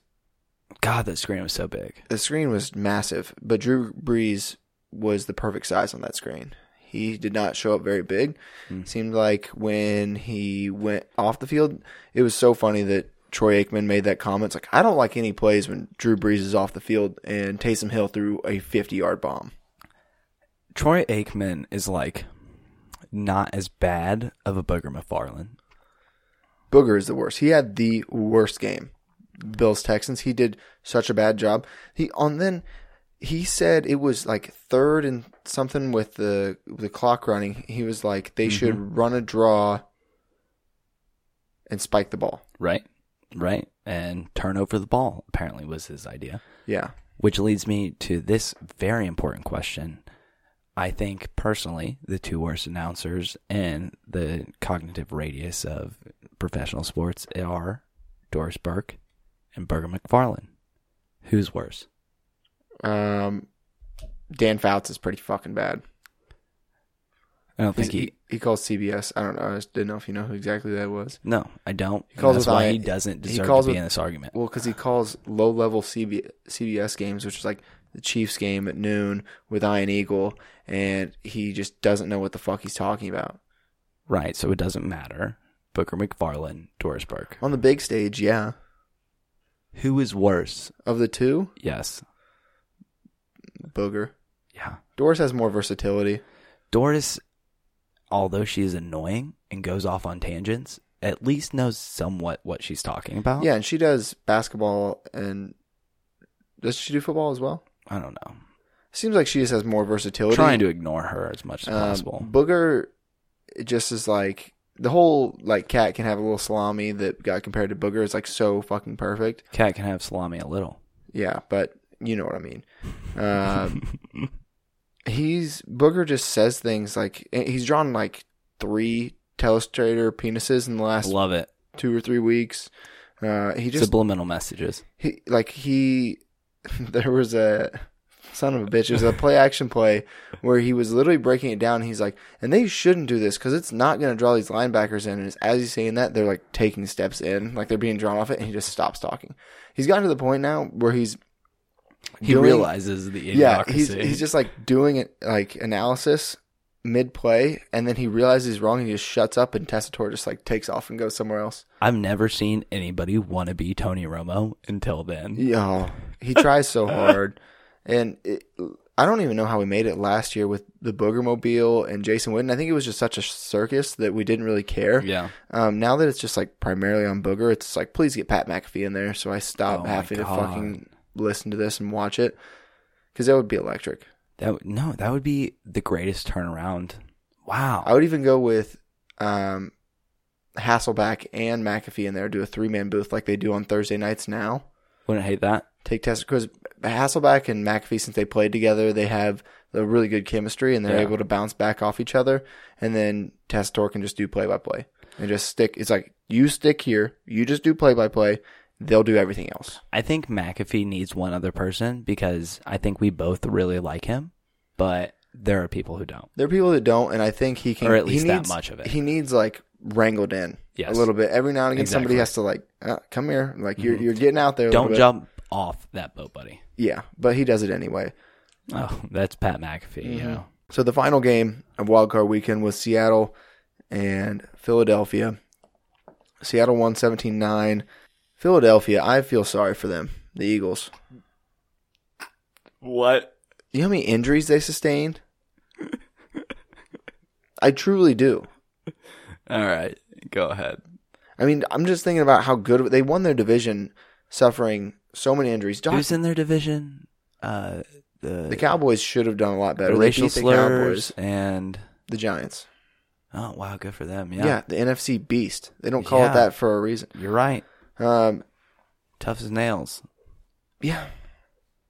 [SPEAKER 1] God, that screen was so big.
[SPEAKER 2] the screen was massive, but Drew Brees was the perfect size on that screen. He did not show up very big.
[SPEAKER 1] Mm.
[SPEAKER 2] Seemed like when he went off the field, it was so funny that Troy Aikman made that comment. It's like, I don't like any plays when Drew Brees is off the field and Taysom Hill threw a 50 yard bomb.
[SPEAKER 1] Troy Aikman is like not as bad of a Booger McFarlane.
[SPEAKER 2] Booger is the worst. He had the worst game. Bills Texans. He did such a bad job. He on then he said it was like third and something with the the clock running. He was like they should run a draw and spike the ball.
[SPEAKER 1] Right? Right? And turn over the ball apparently was his idea.
[SPEAKER 2] Yeah.
[SPEAKER 1] Which leads me to this very important question. I think personally, the two worst announcers in the cognitive radius of professional sports are Doris Burke and Burger McFarlane. Who's worse?
[SPEAKER 2] Um Dan Fouts is pretty fucking bad.
[SPEAKER 1] I don't think
[SPEAKER 2] He's-
[SPEAKER 1] he.
[SPEAKER 2] he calls CBS. I don't know. I just didn't know if you know who exactly that was.
[SPEAKER 1] No, I don't.
[SPEAKER 2] He
[SPEAKER 1] And
[SPEAKER 2] calls
[SPEAKER 1] that's
[SPEAKER 2] with
[SPEAKER 1] why
[SPEAKER 2] I-
[SPEAKER 1] he doesn't
[SPEAKER 2] he
[SPEAKER 1] deserve
[SPEAKER 2] calls
[SPEAKER 1] to be
[SPEAKER 2] with-
[SPEAKER 1] in this argument.
[SPEAKER 2] Well, because he calls low level CB- CBS games, which is like the Chiefs game at noon with Ian Eagle, and he just doesn't know what the fuck he's talking about.
[SPEAKER 1] Right, so it doesn't matter. Booker McFarlane, Doris Burke.
[SPEAKER 2] On the big stage, yeah.
[SPEAKER 1] Who is worse?
[SPEAKER 2] Of the two,
[SPEAKER 1] Yes.
[SPEAKER 2] Booger.
[SPEAKER 1] Yeah.
[SPEAKER 2] Doris has more versatility.
[SPEAKER 1] Doris, although she is annoying and goes off on tangents, at least knows somewhat what she's talking about.
[SPEAKER 2] Yeah, and she does basketball and does she do football as well?
[SPEAKER 1] I don't know.
[SPEAKER 2] Seems like she just has more versatility.
[SPEAKER 1] Trying to ignore her as much as
[SPEAKER 2] Um,
[SPEAKER 1] possible.
[SPEAKER 2] Booger it just is like the whole like cat can have a little salami that got compared to Booger is like so fucking perfect.
[SPEAKER 1] Cat can have salami a little.
[SPEAKER 2] Yeah, but you know what I mean.
[SPEAKER 1] [LAUGHS]
[SPEAKER 2] Um, he's Booger just says things like and he's drawn like three telestrator penises in the last
[SPEAKER 1] Love it.
[SPEAKER 2] two or three weeks. Uh, he just
[SPEAKER 1] Subliminal messages.
[SPEAKER 2] he, like he [LAUGHS] there was a son of a bitch. It was a play action play where he was literally breaking it down. He's like, and they shouldn't do this because it's not going to draw these linebackers in. And it's- as he's saying that, they're like taking steps in, like they're being drawn off it, and he just stops talking. He's gotten to the point now where he's
[SPEAKER 1] He
[SPEAKER 2] doing-
[SPEAKER 1] realizes the
[SPEAKER 2] yeah,
[SPEAKER 1] idiocracy.
[SPEAKER 2] he's he's just like doing it like analysis mid play, and then he realizes he's wrong and he just shuts up, and Tessitore just like takes off and goes somewhere else.
[SPEAKER 1] I've never seen anybody want to be Tony Romo until then.
[SPEAKER 2] Yeah, he tries so hard, and it, I don't even know how we made it last year with the Boogermobile and Jason Witten. I think it was just such a circus that we didn't really care.
[SPEAKER 1] Yeah.
[SPEAKER 2] Um, now that it's just like primarily on Booger, it's like please get Pat McAfee in there. So I stop
[SPEAKER 1] Oh my
[SPEAKER 2] having to
[SPEAKER 1] God.
[SPEAKER 2] fucking listen to this and watch it because that would be electric.
[SPEAKER 1] That would- no, that would be the greatest turnaround. Wow.
[SPEAKER 2] I would even go with um, Hasselback and McAfee in there, do a three man booth like they do on Thursday nights now.
[SPEAKER 1] Wouldn't hate that.
[SPEAKER 2] take tests because Hasselback and McAfee, since they played together, they have a really good chemistry and they're
[SPEAKER 1] Yeah.
[SPEAKER 2] able to bounce back off each other. And then Testator can just do play by play and just stick. It's like you stick here, you just do play by play. They'll do everything else.
[SPEAKER 1] I think McAfee needs one other person because I think we both really like him, but there are people who don't.
[SPEAKER 2] There are people that don't, and I think he can.
[SPEAKER 1] Or at least
[SPEAKER 2] he
[SPEAKER 1] that
[SPEAKER 2] needs,
[SPEAKER 1] much of it.
[SPEAKER 2] He needs like wrangled in
[SPEAKER 1] Yes.
[SPEAKER 2] a little bit every now and again. Somebody
[SPEAKER 1] Exactly. Mm-hmm.
[SPEAKER 2] has to like uh, come here, like you're you're getting out there. a little
[SPEAKER 1] Don't
[SPEAKER 2] bit.
[SPEAKER 1] jump off that boat, buddy.
[SPEAKER 2] Yeah, but he does it anyway.
[SPEAKER 1] Oh, that's Pat McAfee, you know.
[SPEAKER 2] So the final game of Wild Card Weekend was Seattle and Philadelphia. Seattle won 17-9. Philadelphia, I feel sorry for them, the Eagles.
[SPEAKER 1] What?
[SPEAKER 2] You know how many injuries they sustained? I truly do.
[SPEAKER 1] All right, go ahead.
[SPEAKER 2] I mean, I'm just thinking about how good they won their division suffering so many injuries. Doc,
[SPEAKER 1] Who's in their division? Uh, the,
[SPEAKER 2] the Cowboys should have done a lot better.
[SPEAKER 1] the
[SPEAKER 2] They
[SPEAKER 1] racial
[SPEAKER 2] beat the
[SPEAKER 1] slurs
[SPEAKER 2] Cowboys,
[SPEAKER 1] and
[SPEAKER 2] the Giants.
[SPEAKER 1] oh wow, good for them.
[SPEAKER 2] Yeah.
[SPEAKER 1] Yeah,
[SPEAKER 2] the NFC beast. They don't call
[SPEAKER 1] Yeah.
[SPEAKER 2] it that for a reason.
[SPEAKER 1] you're right.
[SPEAKER 2] Um,
[SPEAKER 1] Tough as nails.
[SPEAKER 2] Yeah.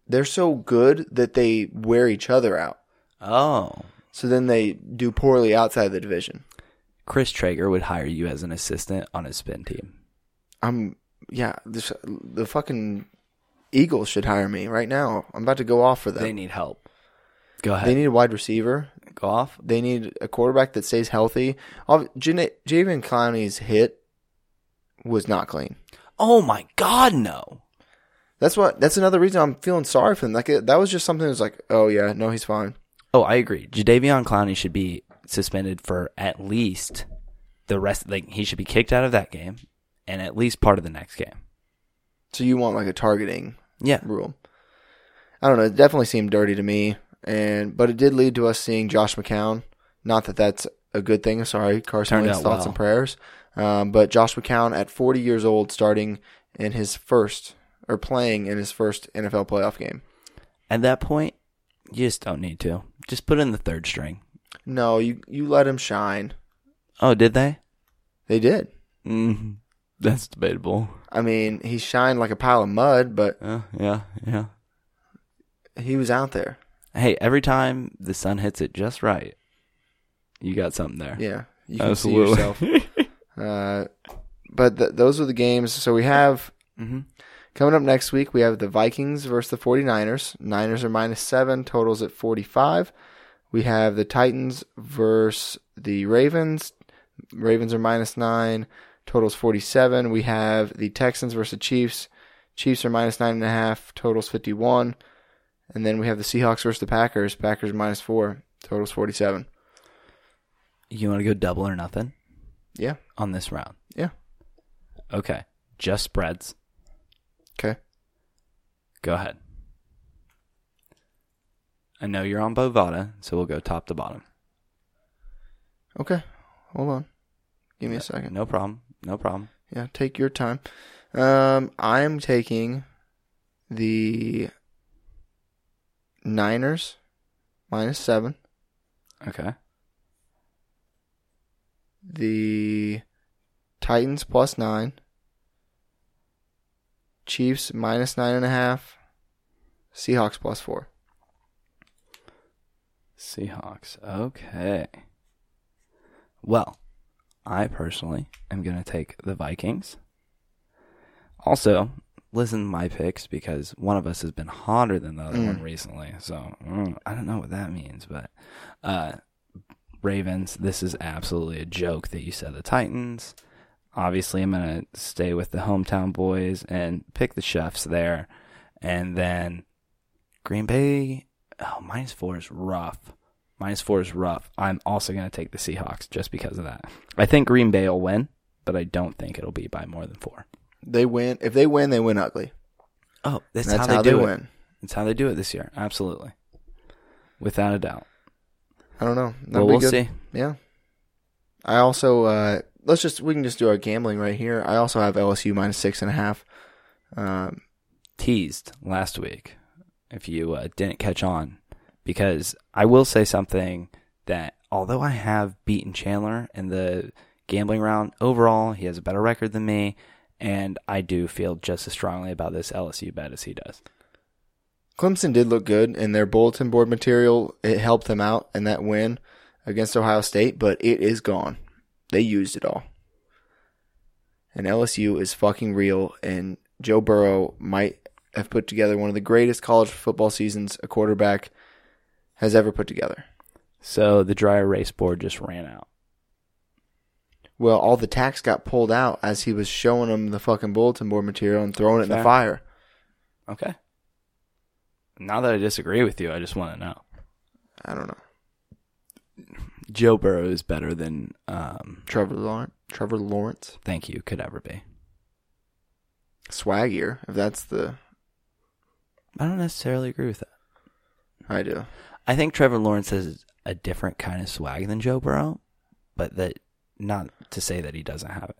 [SPEAKER 2] They're so good that they wear each other out.
[SPEAKER 1] Oh,
[SPEAKER 2] So then they do poorly outside the division.
[SPEAKER 1] Chris Traeger would hire you as an assistant on his spin team.
[SPEAKER 2] I'm yeah, this, the fucking Eagles should hire me right now. I'm about to go off for them.
[SPEAKER 1] They
[SPEAKER 2] They need,
[SPEAKER 1] need help. Go ahead.
[SPEAKER 2] a wide receiver.
[SPEAKER 1] Go off.
[SPEAKER 2] They need a quarterback that stays healthy. Ob- Jana- Javen Clowney's hit was not clean.
[SPEAKER 1] Oh my God, no.
[SPEAKER 2] That's what. That's another reason I'm feeling sorry for him. Like it- that was just something that was like, oh yeah, no, he's fine.
[SPEAKER 1] Oh, I agree. Jadavion Clowney should be suspended for at least the rest. Like he should be kicked out of that game, and at least part of the next game.
[SPEAKER 2] So you want like a targeting
[SPEAKER 1] Yeah,
[SPEAKER 2] rule? I don't know. It definitely seemed dirty to me, and but it did lead to us seeing Josh McCown. Not that that's a good thing. Sorry, Carson
[SPEAKER 1] Turned
[SPEAKER 2] Wentz.
[SPEAKER 1] out
[SPEAKER 2] Thoughts
[SPEAKER 1] well.
[SPEAKER 2] and prayers. Um, but Josh McCown at 40 years old, starting in his first or playing in his first NFL playoff game.
[SPEAKER 1] at that point, you just don't need to. Just put in the third string.
[SPEAKER 2] No, you you let him shine.
[SPEAKER 1] Oh, did they?
[SPEAKER 2] They did.
[SPEAKER 1] Mm, that's debatable.
[SPEAKER 2] I mean, he shined like a pile of mud, but
[SPEAKER 1] Yeah, yeah, yeah.
[SPEAKER 2] he was out there.
[SPEAKER 1] Hey, every time the sun hits it just right, you got something there.
[SPEAKER 2] Yeah, you can see
[SPEAKER 1] Absolutely.
[SPEAKER 2] yourself. Uh, but th- those are the games. So we have
[SPEAKER 1] hmm
[SPEAKER 2] coming up next week, we have the Vikings versus the 49ers. Niners are minus seven, totals at 45. We have the Titans versus the Ravens. Ravens are minus nine, totals 47. We have the Texans versus the Chiefs. Chiefs are minus nine and a half, totals 51. And then we have the Seahawks versus the Packers. Packers minus four, totals 47.
[SPEAKER 1] You want to go double or nothing
[SPEAKER 2] Yeah.
[SPEAKER 1] on this round?
[SPEAKER 2] Yeah.
[SPEAKER 1] Okay. Just spreads.
[SPEAKER 2] Okay.
[SPEAKER 1] Go ahead. I know you're on Bovada, so we'll go top to bottom.
[SPEAKER 2] Okay. Hold on. Give me a second.
[SPEAKER 1] No problem. No problem.
[SPEAKER 2] Yeah, take your time. Um, I'm taking the Niners minus seven,
[SPEAKER 1] Okay.
[SPEAKER 2] the Titans plus nine, Chiefs minus nine and a half, Seahawks plus four.
[SPEAKER 1] Seahawks. Okay. Well, I personally am going to take the Vikings. Also, listen to my picks because one of us has been hotter than the other
[SPEAKER 2] Mm.
[SPEAKER 1] one recently. So mm, I don't know what that means, but uh, Ravens, this is absolutely a joke that you said the Titans. Obviously, I'm going to stay with the hometown boys and pick the chefs there. And then Green Bay, oh, minus four is rough. Minus four is rough. I'm also going to take the Seahawks just because of that. I think Green Bay will win, but I don't think it'll be by more than four.
[SPEAKER 2] They win. If they win, they win ugly.
[SPEAKER 1] Oh, that's,
[SPEAKER 2] And that's
[SPEAKER 1] how, they, do it.
[SPEAKER 2] win.
[SPEAKER 1] That's how they do it this year. Absolutely. Without a doubt.
[SPEAKER 2] I don't know. That'd
[SPEAKER 1] well,
[SPEAKER 2] be
[SPEAKER 1] we'll
[SPEAKER 2] good.
[SPEAKER 1] see.
[SPEAKER 2] Yeah. I also uh, let's just we can just do our gambling right here. I also have LSU minus six and a half. Um,
[SPEAKER 1] teased last week, if you uh, didn't catch on, because I will say something that although I have beaten Chandler in the gambling round overall, he has a better record than me, and I do feel just as strongly about this LSU bet as he does.
[SPEAKER 2] Clemson did look good in their bulletin board material. It helped them out in that win against Ohio State, but it is gone. They used it all. And LSU is fucking real, and Joe Burrow might have put together one of the greatest college football seasons a quarterback has ever put together.
[SPEAKER 1] So the dry erase board just ran out.
[SPEAKER 2] Well, all the tax got pulled out as he was showing them the fucking bulletin board material and throwing it in
[SPEAKER 1] Fair.
[SPEAKER 2] the fire.
[SPEAKER 1] Okay. Now that I disagree with you, I just want to know.
[SPEAKER 2] I don't know.
[SPEAKER 1] Joe Burrow is better than, um,
[SPEAKER 2] Trevor Lawrence. Trevor Lawrence.
[SPEAKER 1] thank you, could ever be.
[SPEAKER 2] Swaggier, if that's the.
[SPEAKER 1] I don't necessarily agree with that.
[SPEAKER 2] I do.
[SPEAKER 1] I think Trevor Lawrence has a different kind of swag than Joe Burrow, but that not to say that he doesn't have it.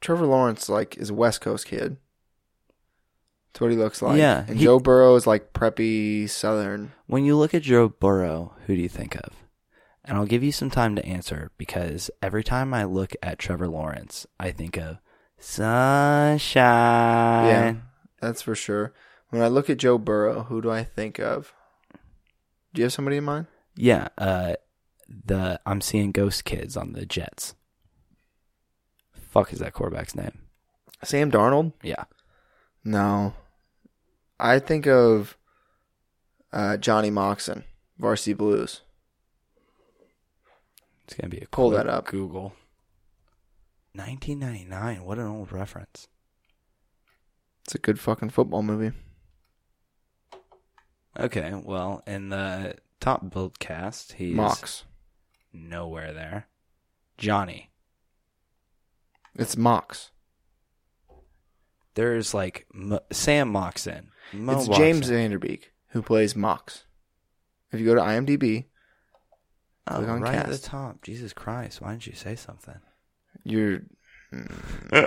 [SPEAKER 2] Trevor Lawrence like is a West Coast kid. That's what he looks like.
[SPEAKER 1] Yeah,
[SPEAKER 2] And
[SPEAKER 1] he-
[SPEAKER 2] Joe Burrow is like preppy Southern.
[SPEAKER 1] When you look at Joe Burrow, who do you think of? And I'll give you some time to answer because every time I look at Trevor Lawrence, I think of sunshine.
[SPEAKER 2] Yeah, that's for sure. When I look at Joe Burrow, who do I think of? Do you have somebody in mind?
[SPEAKER 1] Yeah, uh, the I'm seeing ghost kids on the Jets. Fuck is that quarterback's name?
[SPEAKER 2] Sam Darnold?
[SPEAKER 1] Yeah.
[SPEAKER 2] No. I think of uh, Johnny Moxon, Varsity Blues.
[SPEAKER 1] It's gonna be a
[SPEAKER 2] Pull
[SPEAKER 1] quick
[SPEAKER 2] that up.
[SPEAKER 1] Google. 1999. What an old reference.
[SPEAKER 2] It's a good fucking football movie.
[SPEAKER 1] Okay, well, in the top build cast, he's
[SPEAKER 2] Mox.
[SPEAKER 1] nowhere there. Johnny.
[SPEAKER 2] It's Mox.
[SPEAKER 1] There's like M- Sam Moxon. Mo
[SPEAKER 2] it's
[SPEAKER 1] Moxon.
[SPEAKER 2] James Vanderbeek who plays Mox. If you go to IMDb,
[SPEAKER 1] Oh,
[SPEAKER 2] Click on
[SPEAKER 1] right at
[SPEAKER 2] cast.
[SPEAKER 1] the top. Jesus Christ! Why didn't you say something?
[SPEAKER 2] you're hmm.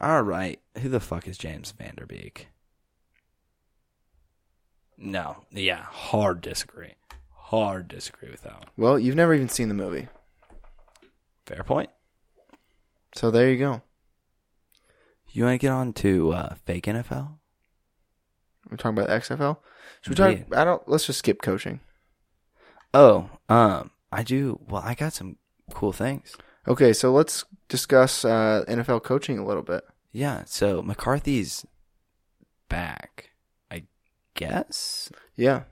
[SPEAKER 1] All right, who the fuck is James Vanderbeek? No, yeah, hard disagree. Hard disagree with that one.
[SPEAKER 2] well, you've never even seen the movie.
[SPEAKER 1] Fair point.
[SPEAKER 2] So there you go.
[SPEAKER 1] You want to get on to uh, fake NFL?
[SPEAKER 2] We're talking about XFL. Should we talk?
[SPEAKER 1] Indeed.
[SPEAKER 2] I don't. Let's just skip coaching.
[SPEAKER 1] Oh, um, I do. Well, I got some cool things.
[SPEAKER 2] Okay, so let's discuss uh, NFL coaching a little bit.
[SPEAKER 1] Yeah, so McCarthy's back, I guess.
[SPEAKER 2] Yeah,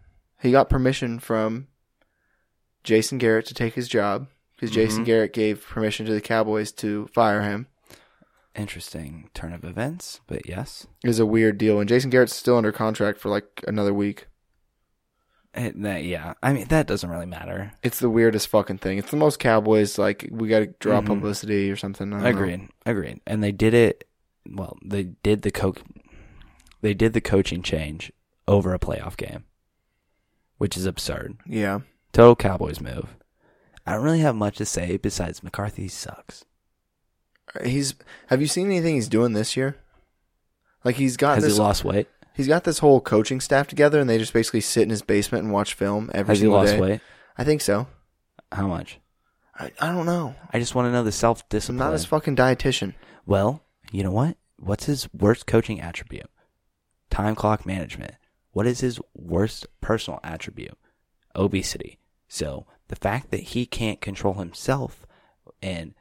[SPEAKER 2] he got permission from Jason Garrett to take his job because Jason
[SPEAKER 1] Mhm.
[SPEAKER 2] Garrett gave permission to the Cowboys to fire him.
[SPEAKER 1] Interesting turn of events, but yes.
[SPEAKER 2] It was a weird deal, and Jason Garrett's still under contract for like another week.
[SPEAKER 1] It, that, yeah, I mean that doesn't really matter.
[SPEAKER 2] It's the weirdest fucking thing. It's the most Cowboys like we got to draw
[SPEAKER 1] Mhm.
[SPEAKER 2] publicity or something. I don't know.
[SPEAKER 1] Agreed, agreed. And they did it. Well, they did the coach. They did the coaching change over a playoff game, which is absurd.
[SPEAKER 2] Yeah,
[SPEAKER 1] Total Cowboys move. I don't really have much to say besides McCarthy sucks.
[SPEAKER 2] he's. Have you seen anything he's doing this year? Like he's got
[SPEAKER 1] Has
[SPEAKER 2] this.
[SPEAKER 1] he lost weight?
[SPEAKER 2] He's got this whole coaching staff together, and they just basically sit in his basement and watch film every
[SPEAKER 1] Has he
[SPEAKER 2] single
[SPEAKER 1] lost
[SPEAKER 2] day.
[SPEAKER 1] weight?
[SPEAKER 2] I think so.
[SPEAKER 1] How much?
[SPEAKER 2] I, I don't know.
[SPEAKER 1] I just want to know the self
[SPEAKER 2] I'm
[SPEAKER 1] discipline.
[SPEAKER 2] not his fucking dietitian.
[SPEAKER 1] well, you know what? What's his worst coaching attribute? Time clock management. What is his worst personal attribute? Obesity. So the fact that he can't control himself in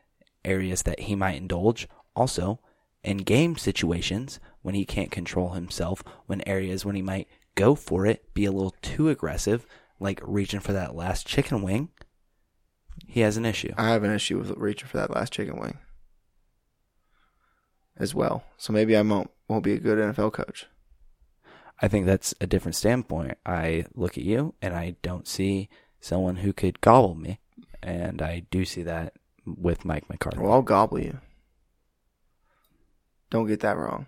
[SPEAKER 1] areas that he might indulge, also in game situations when he can't control himself, when areas when he might go for it, be a little too aggressive, like reaching for that last chicken wing, he has an issue.
[SPEAKER 2] I have an issue with reaching for that last chicken wing as well. So maybe I won't won't be a good NFL coach.
[SPEAKER 1] I think that's a different standpoint. I look at you and I don't see someone who could gobble me, and I do see that with Mike McCarthy.
[SPEAKER 2] Well, I'll gobble you. Don't get that wrong.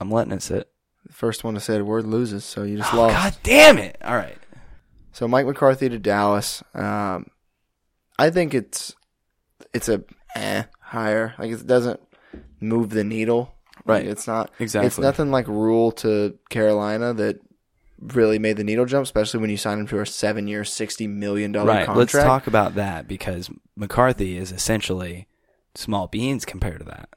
[SPEAKER 1] I'm letting it sit.
[SPEAKER 2] The first one to say the word loses, so you just
[SPEAKER 1] Oh,
[SPEAKER 2] lost.
[SPEAKER 1] God damn it! All right,
[SPEAKER 2] So Mike McCarthy to Dallas. Um, I think it's it's a eh, higher. Like it doesn't move the needle.
[SPEAKER 1] Right.
[SPEAKER 2] Like, it's not
[SPEAKER 1] Exactly.
[SPEAKER 2] It's nothing like Rule to Carolina that really made the needle jump, especially when you sign him to a seven-year, sixty million dollar
[SPEAKER 1] right.
[SPEAKER 2] contract.
[SPEAKER 1] Let's talk about that because McCarthy is essentially small beans compared to that.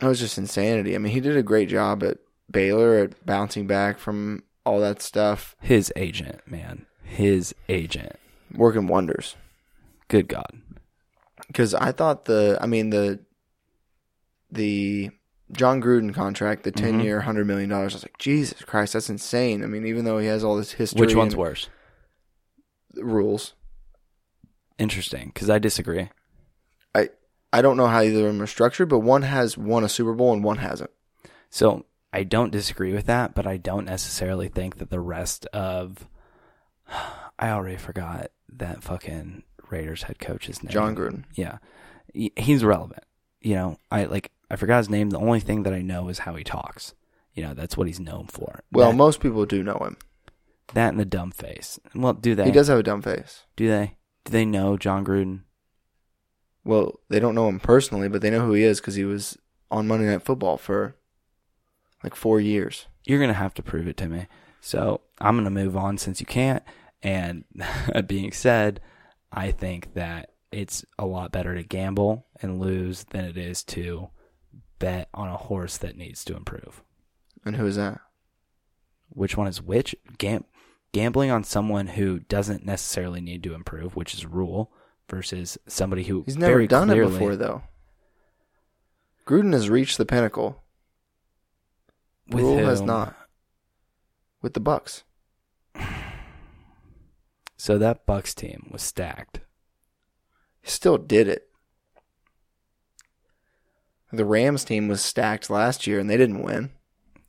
[SPEAKER 2] That was just insanity. I mean, he did a great job at Baylor at bouncing back from all that stuff,
[SPEAKER 1] His agent, man, his agent.
[SPEAKER 2] working wonders.
[SPEAKER 1] Good God,
[SPEAKER 2] because I thought the I mean the the John Gruden contract,
[SPEAKER 1] Mm-hmm.
[SPEAKER 2] the ten year, hundred million dollars. I was like, Jesus Christ, that's insane. I mean, even though he has all this history,
[SPEAKER 1] which one's
[SPEAKER 2] and
[SPEAKER 1] worse?
[SPEAKER 2] rules?
[SPEAKER 1] Interesting, because I disagree.
[SPEAKER 2] I I don't know how either of them are structured, but one has won a Super Bowl and one hasn't.
[SPEAKER 1] So I don't disagree with that, but I don't necessarily think that the rest of [SIGHS] I already forgot that fucking Raiders head coach's name.
[SPEAKER 2] John Gruden.
[SPEAKER 1] Yeah. He- He's relevant. You know, I like I forgot his name. The only thing that I know is how he talks. You know, that's what he's known for.
[SPEAKER 2] Well,
[SPEAKER 1] that,
[SPEAKER 2] most people do know him.
[SPEAKER 1] that and the dumb face. Well, do they?
[SPEAKER 2] He does have a dumb face.
[SPEAKER 1] Do they? Do they know John Gruden?
[SPEAKER 2] Well, they don't know him personally, but they know who he is because he was on Monday Night Football for like four years.
[SPEAKER 1] You're gonna have to prove it to me. So I'm gonna move on since you can't. And [LAUGHS] that being said, I think that it's a lot better to gamble and lose than it is to bet on a horse that needs to improve.
[SPEAKER 2] And who is that?
[SPEAKER 1] Which one is which? Gam- gambling on someone who doesn't necessarily need to improve, which is rule, versus somebody who
[SPEAKER 2] He's never
[SPEAKER 1] very
[SPEAKER 2] done it
[SPEAKER 1] clearly-
[SPEAKER 2] before, though. Gruden has reached the pinnacle.
[SPEAKER 1] With
[SPEAKER 2] Rule has
[SPEAKER 1] whom-
[SPEAKER 2] not with the Bucks.
[SPEAKER 1] So that Bucks team was stacked.
[SPEAKER 2] He still did it. The Rams team was stacked last year, and they didn't win.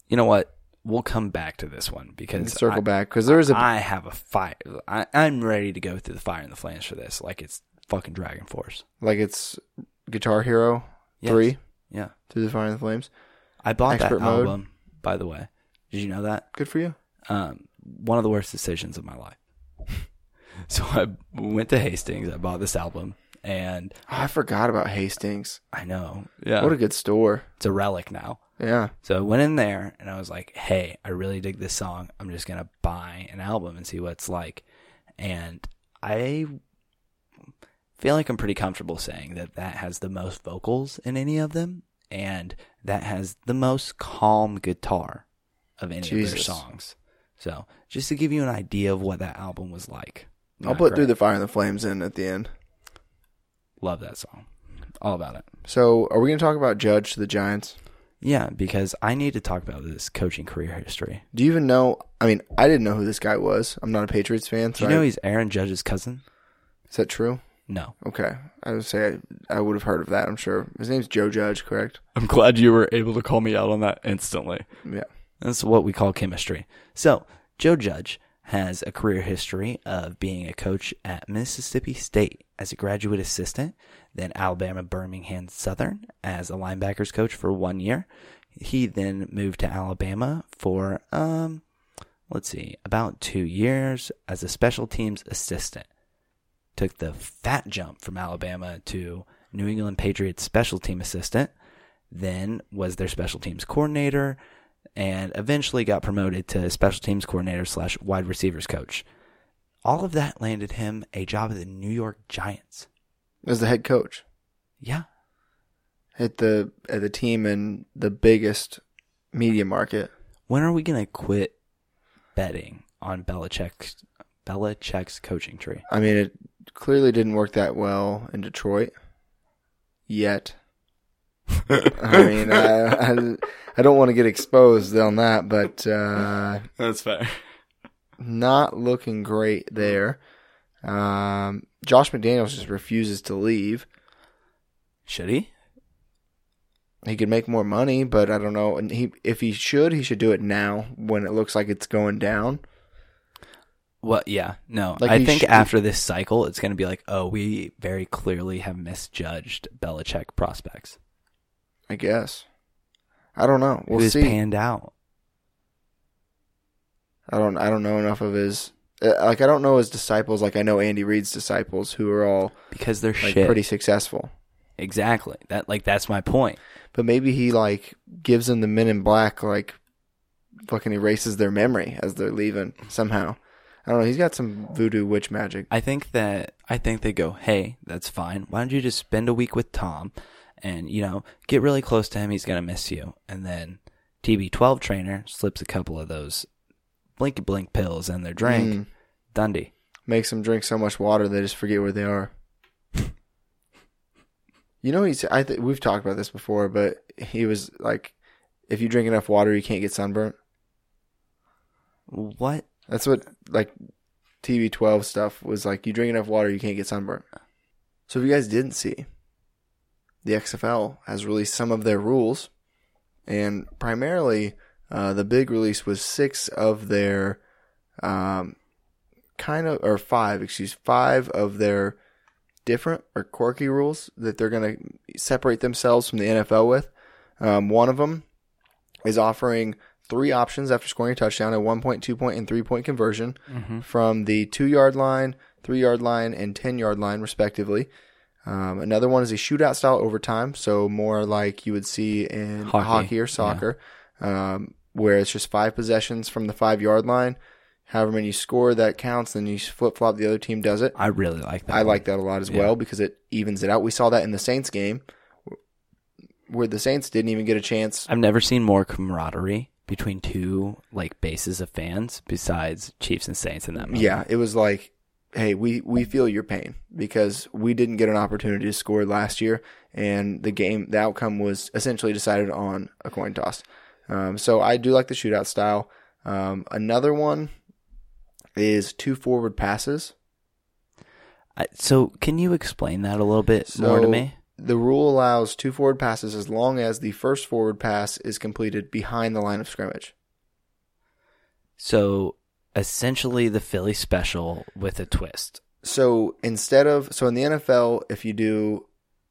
[SPEAKER 1] You know what? We'll come back to this one
[SPEAKER 2] And
[SPEAKER 1] because
[SPEAKER 2] circle
[SPEAKER 1] I,
[SPEAKER 2] back because there is a
[SPEAKER 1] I have a fire. I, I'm ready to go through the fire and the flames for this. Like it's fucking Dragon Force.
[SPEAKER 2] like it's Guitar Hero
[SPEAKER 1] Yes.
[SPEAKER 2] three
[SPEAKER 1] Yeah.
[SPEAKER 2] through the fire and the flames.
[SPEAKER 1] I bought
[SPEAKER 2] Expert
[SPEAKER 1] that
[SPEAKER 2] mode.
[SPEAKER 1] album, by the way. Did you know that?
[SPEAKER 2] Good for you.
[SPEAKER 1] Um, one of the worst decisions of my life. [LAUGHS] so I went to Hastings. I bought this album, and
[SPEAKER 2] Ah, I forgot about Hastings.
[SPEAKER 1] I know, yeah,
[SPEAKER 2] What a good store.
[SPEAKER 1] it's a relic now.
[SPEAKER 2] Yeah,
[SPEAKER 1] So I went in there and I was like, "Hey, I really dig this song. I'm just gonna buy an album and see what it's like." And I feel like I'm pretty comfortable saying that that has the most vocals in any of them, and that has the most calm guitar of any of their
[SPEAKER 2] Jesus.
[SPEAKER 1] songs. So just to give you an idea of what that album was like,
[SPEAKER 2] I'll
[SPEAKER 1] Not
[SPEAKER 2] put through
[SPEAKER 1] great.
[SPEAKER 2] the fire and the flames in at the end.
[SPEAKER 1] love that song, all about it.
[SPEAKER 2] So, are we going to talk about Judge to the Giants?
[SPEAKER 1] Yeah, because I need to talk about this coaching career history.
[SPEAKER 2] Do you even know? I mean, I didn't know who this guy was. I'm not a Patriots fan.
[SPEAKER 1] Do
[SPEAKER 2] So
[SPEAKER 1] you know
[SPEAKER 2] I-
[SPEAKER 1] he's Aaron Judge's cousin?
[SPEAKER 2] is that true?
[SPEAKER 1] No.
[SPEAKER 2] Okay, I would say I, I would have heard of that. I'm sure his name's Joe Judge, correct?
[SPEAKER 1] I'm glad you were able to call me out on that instantly.
[SPEAKER 2] Yeah.
[SPEAKER 1] That's what we call chemistry. So, Joe Judge has a career history of being a coach at Mississippi State as a graduate assistant, then Alabama Birmingham Southern as a linebackers coach for one year. He then moved to Alabama for, um, let's see, about two years as a special teams assistant. Took the fat jump from Alabama to New England Patriots special team assistant, then was their special teams coordinator, and eventually got promoted to special teams coordinator slash wide receivers coach. All of that landed him a job at the New York Giants.
[SPEAKER 2] As the head coach
[SPEAKER 1] Yeah,
[SPEAKER 2] at the at the team in the biggest media market.
[SPEAKER 1] when are we gonna quit betting on Belichick's Belichick's coaching tree?
[SPEAKER 2] I mean, it clearly didn't work that well in Detroit yet. [LAUGHS] I mean, uh, I, I, I don't want to get exposed on that, but uh,
[SPEAKER 1] [LAUGHS] That's fair.
[SPEAKER 2] not looking great there. Um, Josh McDaniels just refuses to leave.
[SPEAKER 1] Should he?
[SPEAKER 2] He could make more money, but I don't know. And he, if he should, he should do it now when it looks like it's going down.
[SPEAKER 1] Well, yeah, no.
[SPEAKER 2] Like,
[SPEAKER 1] I
[SPEAKER 2] he
[SPEAKER 1] think
[SPEAKER 2] should-
[SPEAKER 1] after this cycle, it's going to be like, oh, we very clearly have misjudged Belichick prospects.
[SPEAKER 2] I guess. I don't know. We'll
[SPEAKER 1] who's
[SPEAKER 2] see.
[SPEAKER 1] panned out.
[SPEAKER 2] I don't. I don't know enough of his. uh, Like I don't know his disciples. Like I know Andy Reid's disciples, who are all
[SPEAKER 1] because they're
[SPEAKER 2] like
[SPEAKER 1] shit.
[SPEAKER 2] pretty successful.
[SPEAKER 1] Exactly. That like that's my point.
[SPEAKER 2] But maybe he like gives them the Men in Black like fucking erases their memory as they're leaving somehow. I don't know. He's got some voodoo witch magic.
[SPEAKER 1] I think that I think they go, hey, that's fine. Why don't you just spend a week with Tom, and you know, get really close to him. He's gonna miss you. And then TB12 trainer slips a couple of those blinky blink pills in their drink.
[SPEAKER 2] Mm.
[SPEAKER 1] Dundee.
[SPEAKER 2] makes them drink so much water they just forget where they are. You know, he's. I th- we've talked about this before, but he was like, if you drink enough water, you can't get sunburnt.
[SPEAKER 1] What?
[SPEAKER 2] That's what like TB12 stuff was like. You drink enough water, you can't get sunburned. So if you guys didn't see, the XFL has released some of their rules, and primarily uh, the big release was six of their um, kind of or five, excuse, five of their different or quirky rules that they're going to separate themselves from the NFL with. Um, one of them is offering three options after scoring a touchdown a one point, two point, and three point conversion from the two yard line, three yard line, and 10 yard line, respectively. Um, another one is a shootout style overtime, so more like you would see in
[SPEAKER 1] Hockey,
[SPEAKER 2] hockey, or soccer, um, where it's just five possessions from the five yard line. However many you score, that counts. Then you flip flop, the other team does it.
[SPEAKER 1] I really like that.
[SPEAKER 2] I
[SPEAKER 1] one.
[SPEAKER 2] like that a lot as
[SPEAKER 1] Yeah.
[SPEAKER 2] well because it evens it out. We saw that in the Saints game where the Saints didn't even get a chance.
[SPEAKER 1] I've never seen more camaraderie between two like bases of fans besides Chiefs and Saints in that moment.
[SPEAKER 2] Yeah, it was like hey, we, we feel your pain because we didn't get an opportunity to score last year, and the game, the outcome was essentially decided on a coin toss. Um, so I do like the shootout style. Um, another one is two forward passes.
[SPEAKER 1] I, so can you explain that a little bit more to
[SPEAKER 2] So,
[SPEAKER 1] me?
[SPEAKER 2] The rule allows two forward passes as long as the first forward pass is completed behind the line of scrimmage.
[SPEAKER 1] So essentially, the Philly special with a twist.
[SPEAKER 2] So instead of so in the NFL, if you do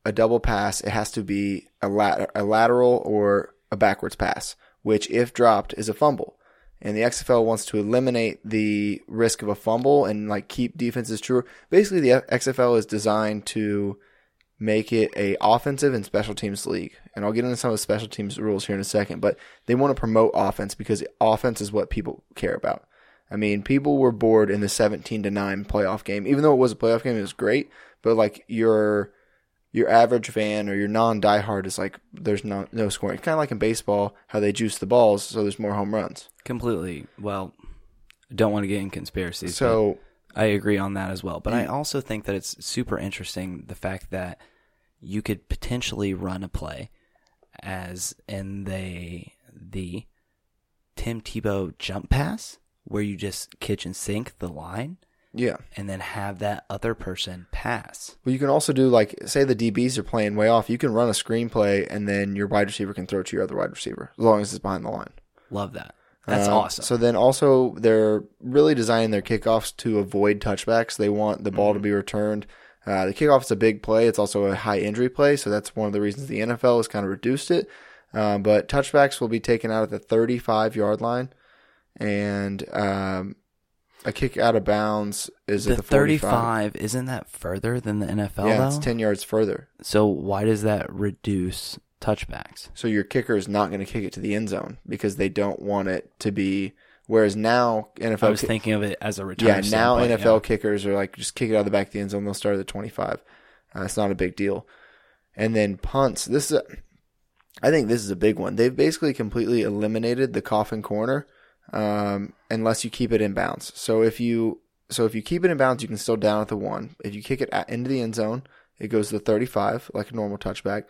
[SPEAKER 2] a double pass, it has to be a, lat- a lateral or a backwards pass, which if dropped is a fumble. And the XFL wants to eliminate the risk of a fumble and like keep defenses truer. Basically, the XFL is designed to make it a offensive and special teams league. And I'll get into some of the special teams rules here in a second, but they want to promote offense because offense is what people care about. I mean, people were bored in the 17 to 9 playoff game. Even though it was a playoff game, it was great, but like your your average fan or your non diehard is like there's no no scoring. Kind of like in baseball how they juice the balls so there's more home runs.
[SPEAKER 1] Completely. Well, don't want to get in conspiracies. but-
[SPEAKER 2] So
[SPEAKER 1] I agree on that as well. But I also think that it's super interesting the fact that you could potentially run a play as in the the Tim Tebow jump pass where you just kitchen sink the line
[SPEAKER 2] yeah.
[SPEAKER 1] and then have that other person pass.
[SPEAKER 2] Well, you can also do like say the DBs are playing way off. You can run a screenplay and then your wide receiver can throw to your other wide receiver as long as it's behind the line.
[SPEAKER 1] Love that. That's
[SPEAKER 2] Uh,
[SPEAKER 1] awesome.
[SPEAKER 2] So then also they're really designing their kickoffs to avoid touchbacks. They want the
[SPEAKER 1] Mm-hmm.
[SPEAKER 2] ball to be returned. Uh, the kickoff is a big play. It's also a high injury play, so that's one of the reasons the NFL has kind of reduced it. Uh, but touchbacks will be taken out at the 35 yard line, and um, a kick out of bounds is
[SPEAKER 1] the
[SPEAKER 2] at the 45.
[SPEAKER 1] 35 isn't that further than the NFL
[SPEAKER 2] yeah,
[SPEAKER 1] though?
[SPEAKER 2] it's 10 yards further.
[SPEAKER 1] so why does that reduce touchbacks?
[SPEAKER 2] So your kicker is not going to kick it to the end zone because they don't want it to be. Whereas now NFL
[SPEAKER 1] I was
[SPEAKER 2] ki-
[SPEAKER 1] thinking of it as a return.
[SPEAKER 2] Yeah, now
[SPEAKER 1] standpoint,
[SPEAKER 2] NFL kickers are like just kick it out of the back of the end zone. They'll start at the twenty-five. Uh, it's not a big deal. And then punts. This is, a, I think, this is a big one. They've basically completely eliminated the coffin corner, um, unless you keep it in bounds. So if you so if you keep it in bounds, you can still down at the one. If you kick it at, into the end zone, it goes to the thirty-five like a normal touchback.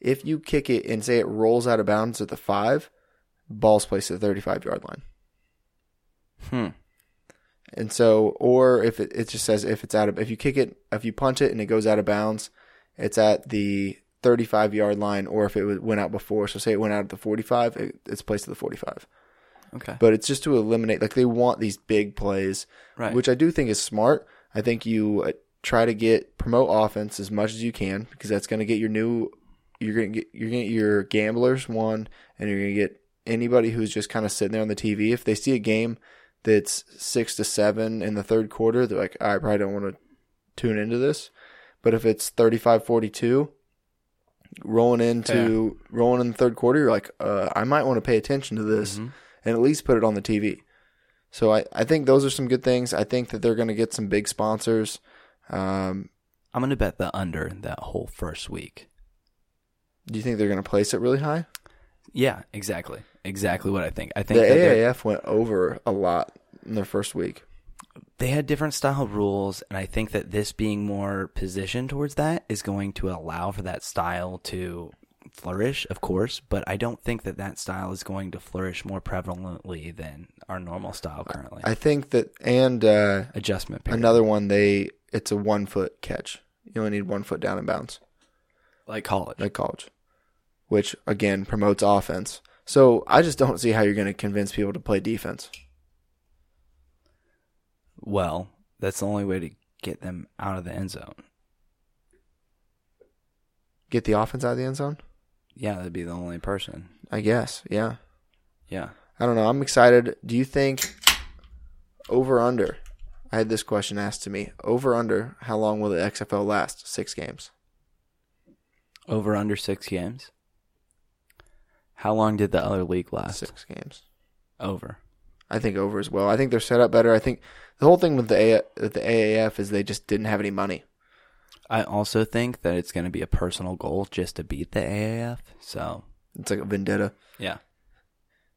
[SPEAKER 2] If you kick it and say it rolls out of bounds at the five, ball's placed at the thirty-five yard line.
[SPEAKER 1] Hmm.
[SPEAKER 2] And so, or if it, it just says if it's out of, if you kick it, if you punch it and it goes out of bounds, it's at the 35 yard line, or if it w- went out before. So say it went out at the 45, it, it's placed at the 45.
[SPEAKER 1] Okay.
[SPEAKER 2] But it's just to eliminate, like they want these big plays,
[SPEAKER 1] Right.
[SPEAKER 2] which I do think is smart. I think you uh, try to get, promote offense as much as you can because that's going to get your new, you're going to get, you're going to get your gamblers one, and you're going to get anybody who's just kind of sitting there on the TV. If they see a game, that's six to seven in the third quarter, they're like, I probably don't want to tune into this. But if it's 35 42, rolling into rolling in the third quarter, you're like, uh, I might want to pay attention to this
[SPEAKER 1] Mhm.
[SPEAKER 2] and at least put it on the TV. So I, I think those are some good things. I think that they're going to get some big sponsors. Um,
[SPEAKER 1] I'm gonna bet the under that whole first week.
[SPEAKER 2] do you think they're going to place it really high?
[SPEAKER 1] Yeah, exactly, exactly what I think. I
[SPEAKER 2] The
[SPEAKER 1] think that they're-
[SPEAKER 2] AAF went over a lot in their first week.
[SPEAKER 1] they had different style rules, and I think that this being more positioned towards that is going to allow for that style to flourish, of course. But I don't think that that style is going to flourish more prevalently than our normal style currently.
[SPEAKER 2] I think that, and uh,
[SPEAKER 1] Adjustment period,
[SPEAKER 2] another one, they it's a one foot catch. You only need one foot down and bounds.
[SPEAKER 1] like college.
[SPEAKER 2] like college, which again promotes offense. So I just don't see how you're going to convince people to play defense.
[SPEAKER 1] well, that's the only way to get them out of the end zone.
[SPEAKER 2] Get the offense out of the end zone?
[SPEAKER 1] Yeah, that'd be the only person.
[SPEAKER 2] I guess. Yeah.
[SPEAKER 1] Yeah.
[SPEAKER 2] I don't know. I'm excited. Do you think over under? I had this question asked to me. Over under, how long will the XFL last? 6 games.
[SPEAKER 1] Over under six games. How long did the other league last?
[SPEAKER 2] 6 games.
[SPEAKER 1] Over.
[SPEAKER 2] I think over as well. I think they're set up better. I think the whole thing with the A- with the AAF is they just didn't have any money.
[SPEAKER 1] I also think that it's going to be a personal goal just to beat the AAF. So,
[SPEAKER 2] It's like a vendetta.
[SPEAKER 1] yeah.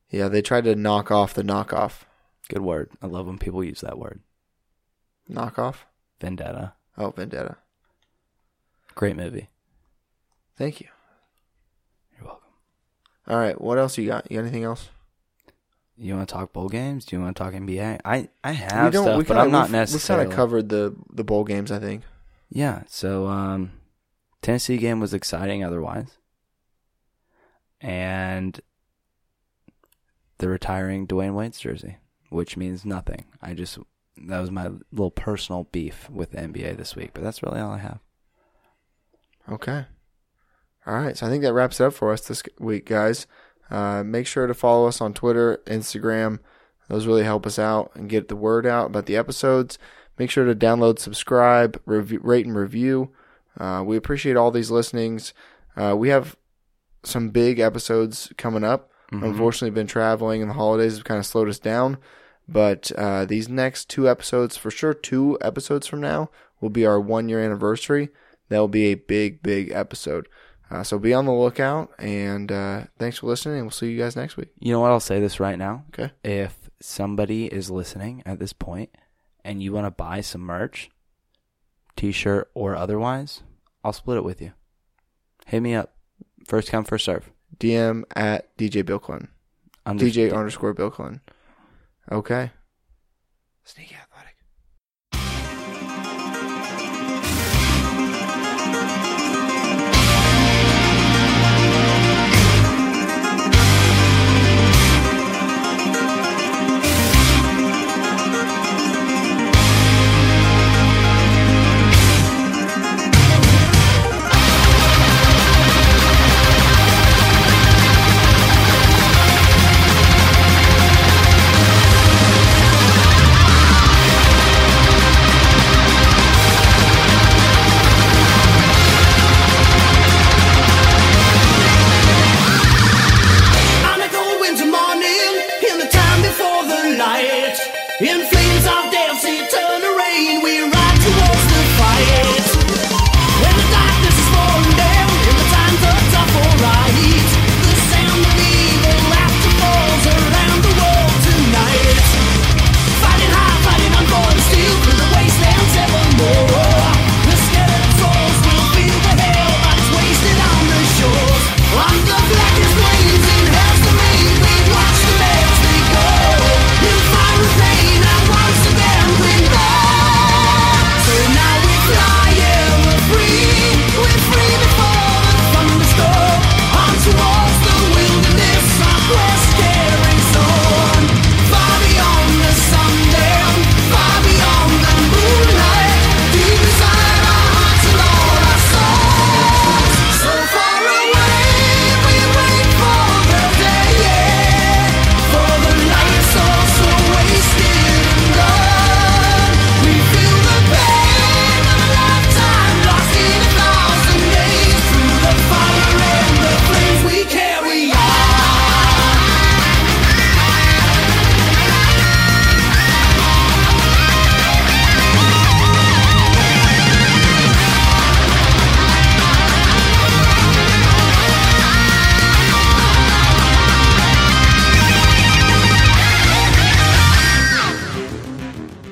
[SPEAKER 2] Yeah, they tried to knock off the knockoff.
[SPEAKER 1] Good word. I love when people use that word.
[SPEAKER 2] knockoff.
[SPEAKER 1] Vendetta.
[SPEAKER 2] Oh, Vendetta.
[SPEAKER 1] Great movie.
[SPEAKER 2] Thank you.
[SPEAKER 1] You're welcome.
[SPEAKER 2] All right, what else you got? You got anything else?
[SPEAKER 1] You want to talk bowl games? Do you want to talk NBA? I I have
[SPEAKER 2] we don't.
[SPEAKER 1] stuff,
[SPEAKER 2] we
[SPEAKER 1] but
[SPEAKER 2] kinda,
[SPEAKER 1] I'm not
[SPEAKER 2] we've,
[SPEAKER 1] necessarily.
[SPEAKER 2] We kind of covered the the bowl games, I think.
[SPEAKER 1] Yeah. So um, Tennessee game was exciting otherwise, and they're retiring Dwayne Wade's jersey, which means nothing. I just that was my little personal beef with the NBA this week, but that's really all I have.
[SPEAKER 2] Okay. All right. So I think that wraps it up for us this week, guys. Uh, make sure to follow us on Twitter, Instagram. Those really help us out and get the word out about the episodes. Make sure to download, subscribe, review, rate, and review. Uh, we appreciate all these listenings. Uh, we have some big episodes coming up.
[SPEAKER 1] Mm-hmm.
[SPEAKER 2] Unfortunately, been traveling and the holidays have kind of slowed us down. But uh, these next two episodes, for sure, two episodes from now, will be our one year anniversary. That will be a big, big episode. Uh, so be on the lookout. And uh, thanks for listening. And we'll see you guys next week.
[SPEAKER 1] You know what? I'll say this right now.
[SPEAKER 2] Okay.
[SPEAKER 1] If somebody is listening at this point and you want to buy some merch, t shirt or otherwise, I'll split it with you. Hit me up. First come, first serve.
[SPEAKER 2] DM at DJ Bill Clinton.
[SPEAKER 1] Under-
[SPEAKER 2] DJ underscore Bill Clinton. Okay. Sneak out.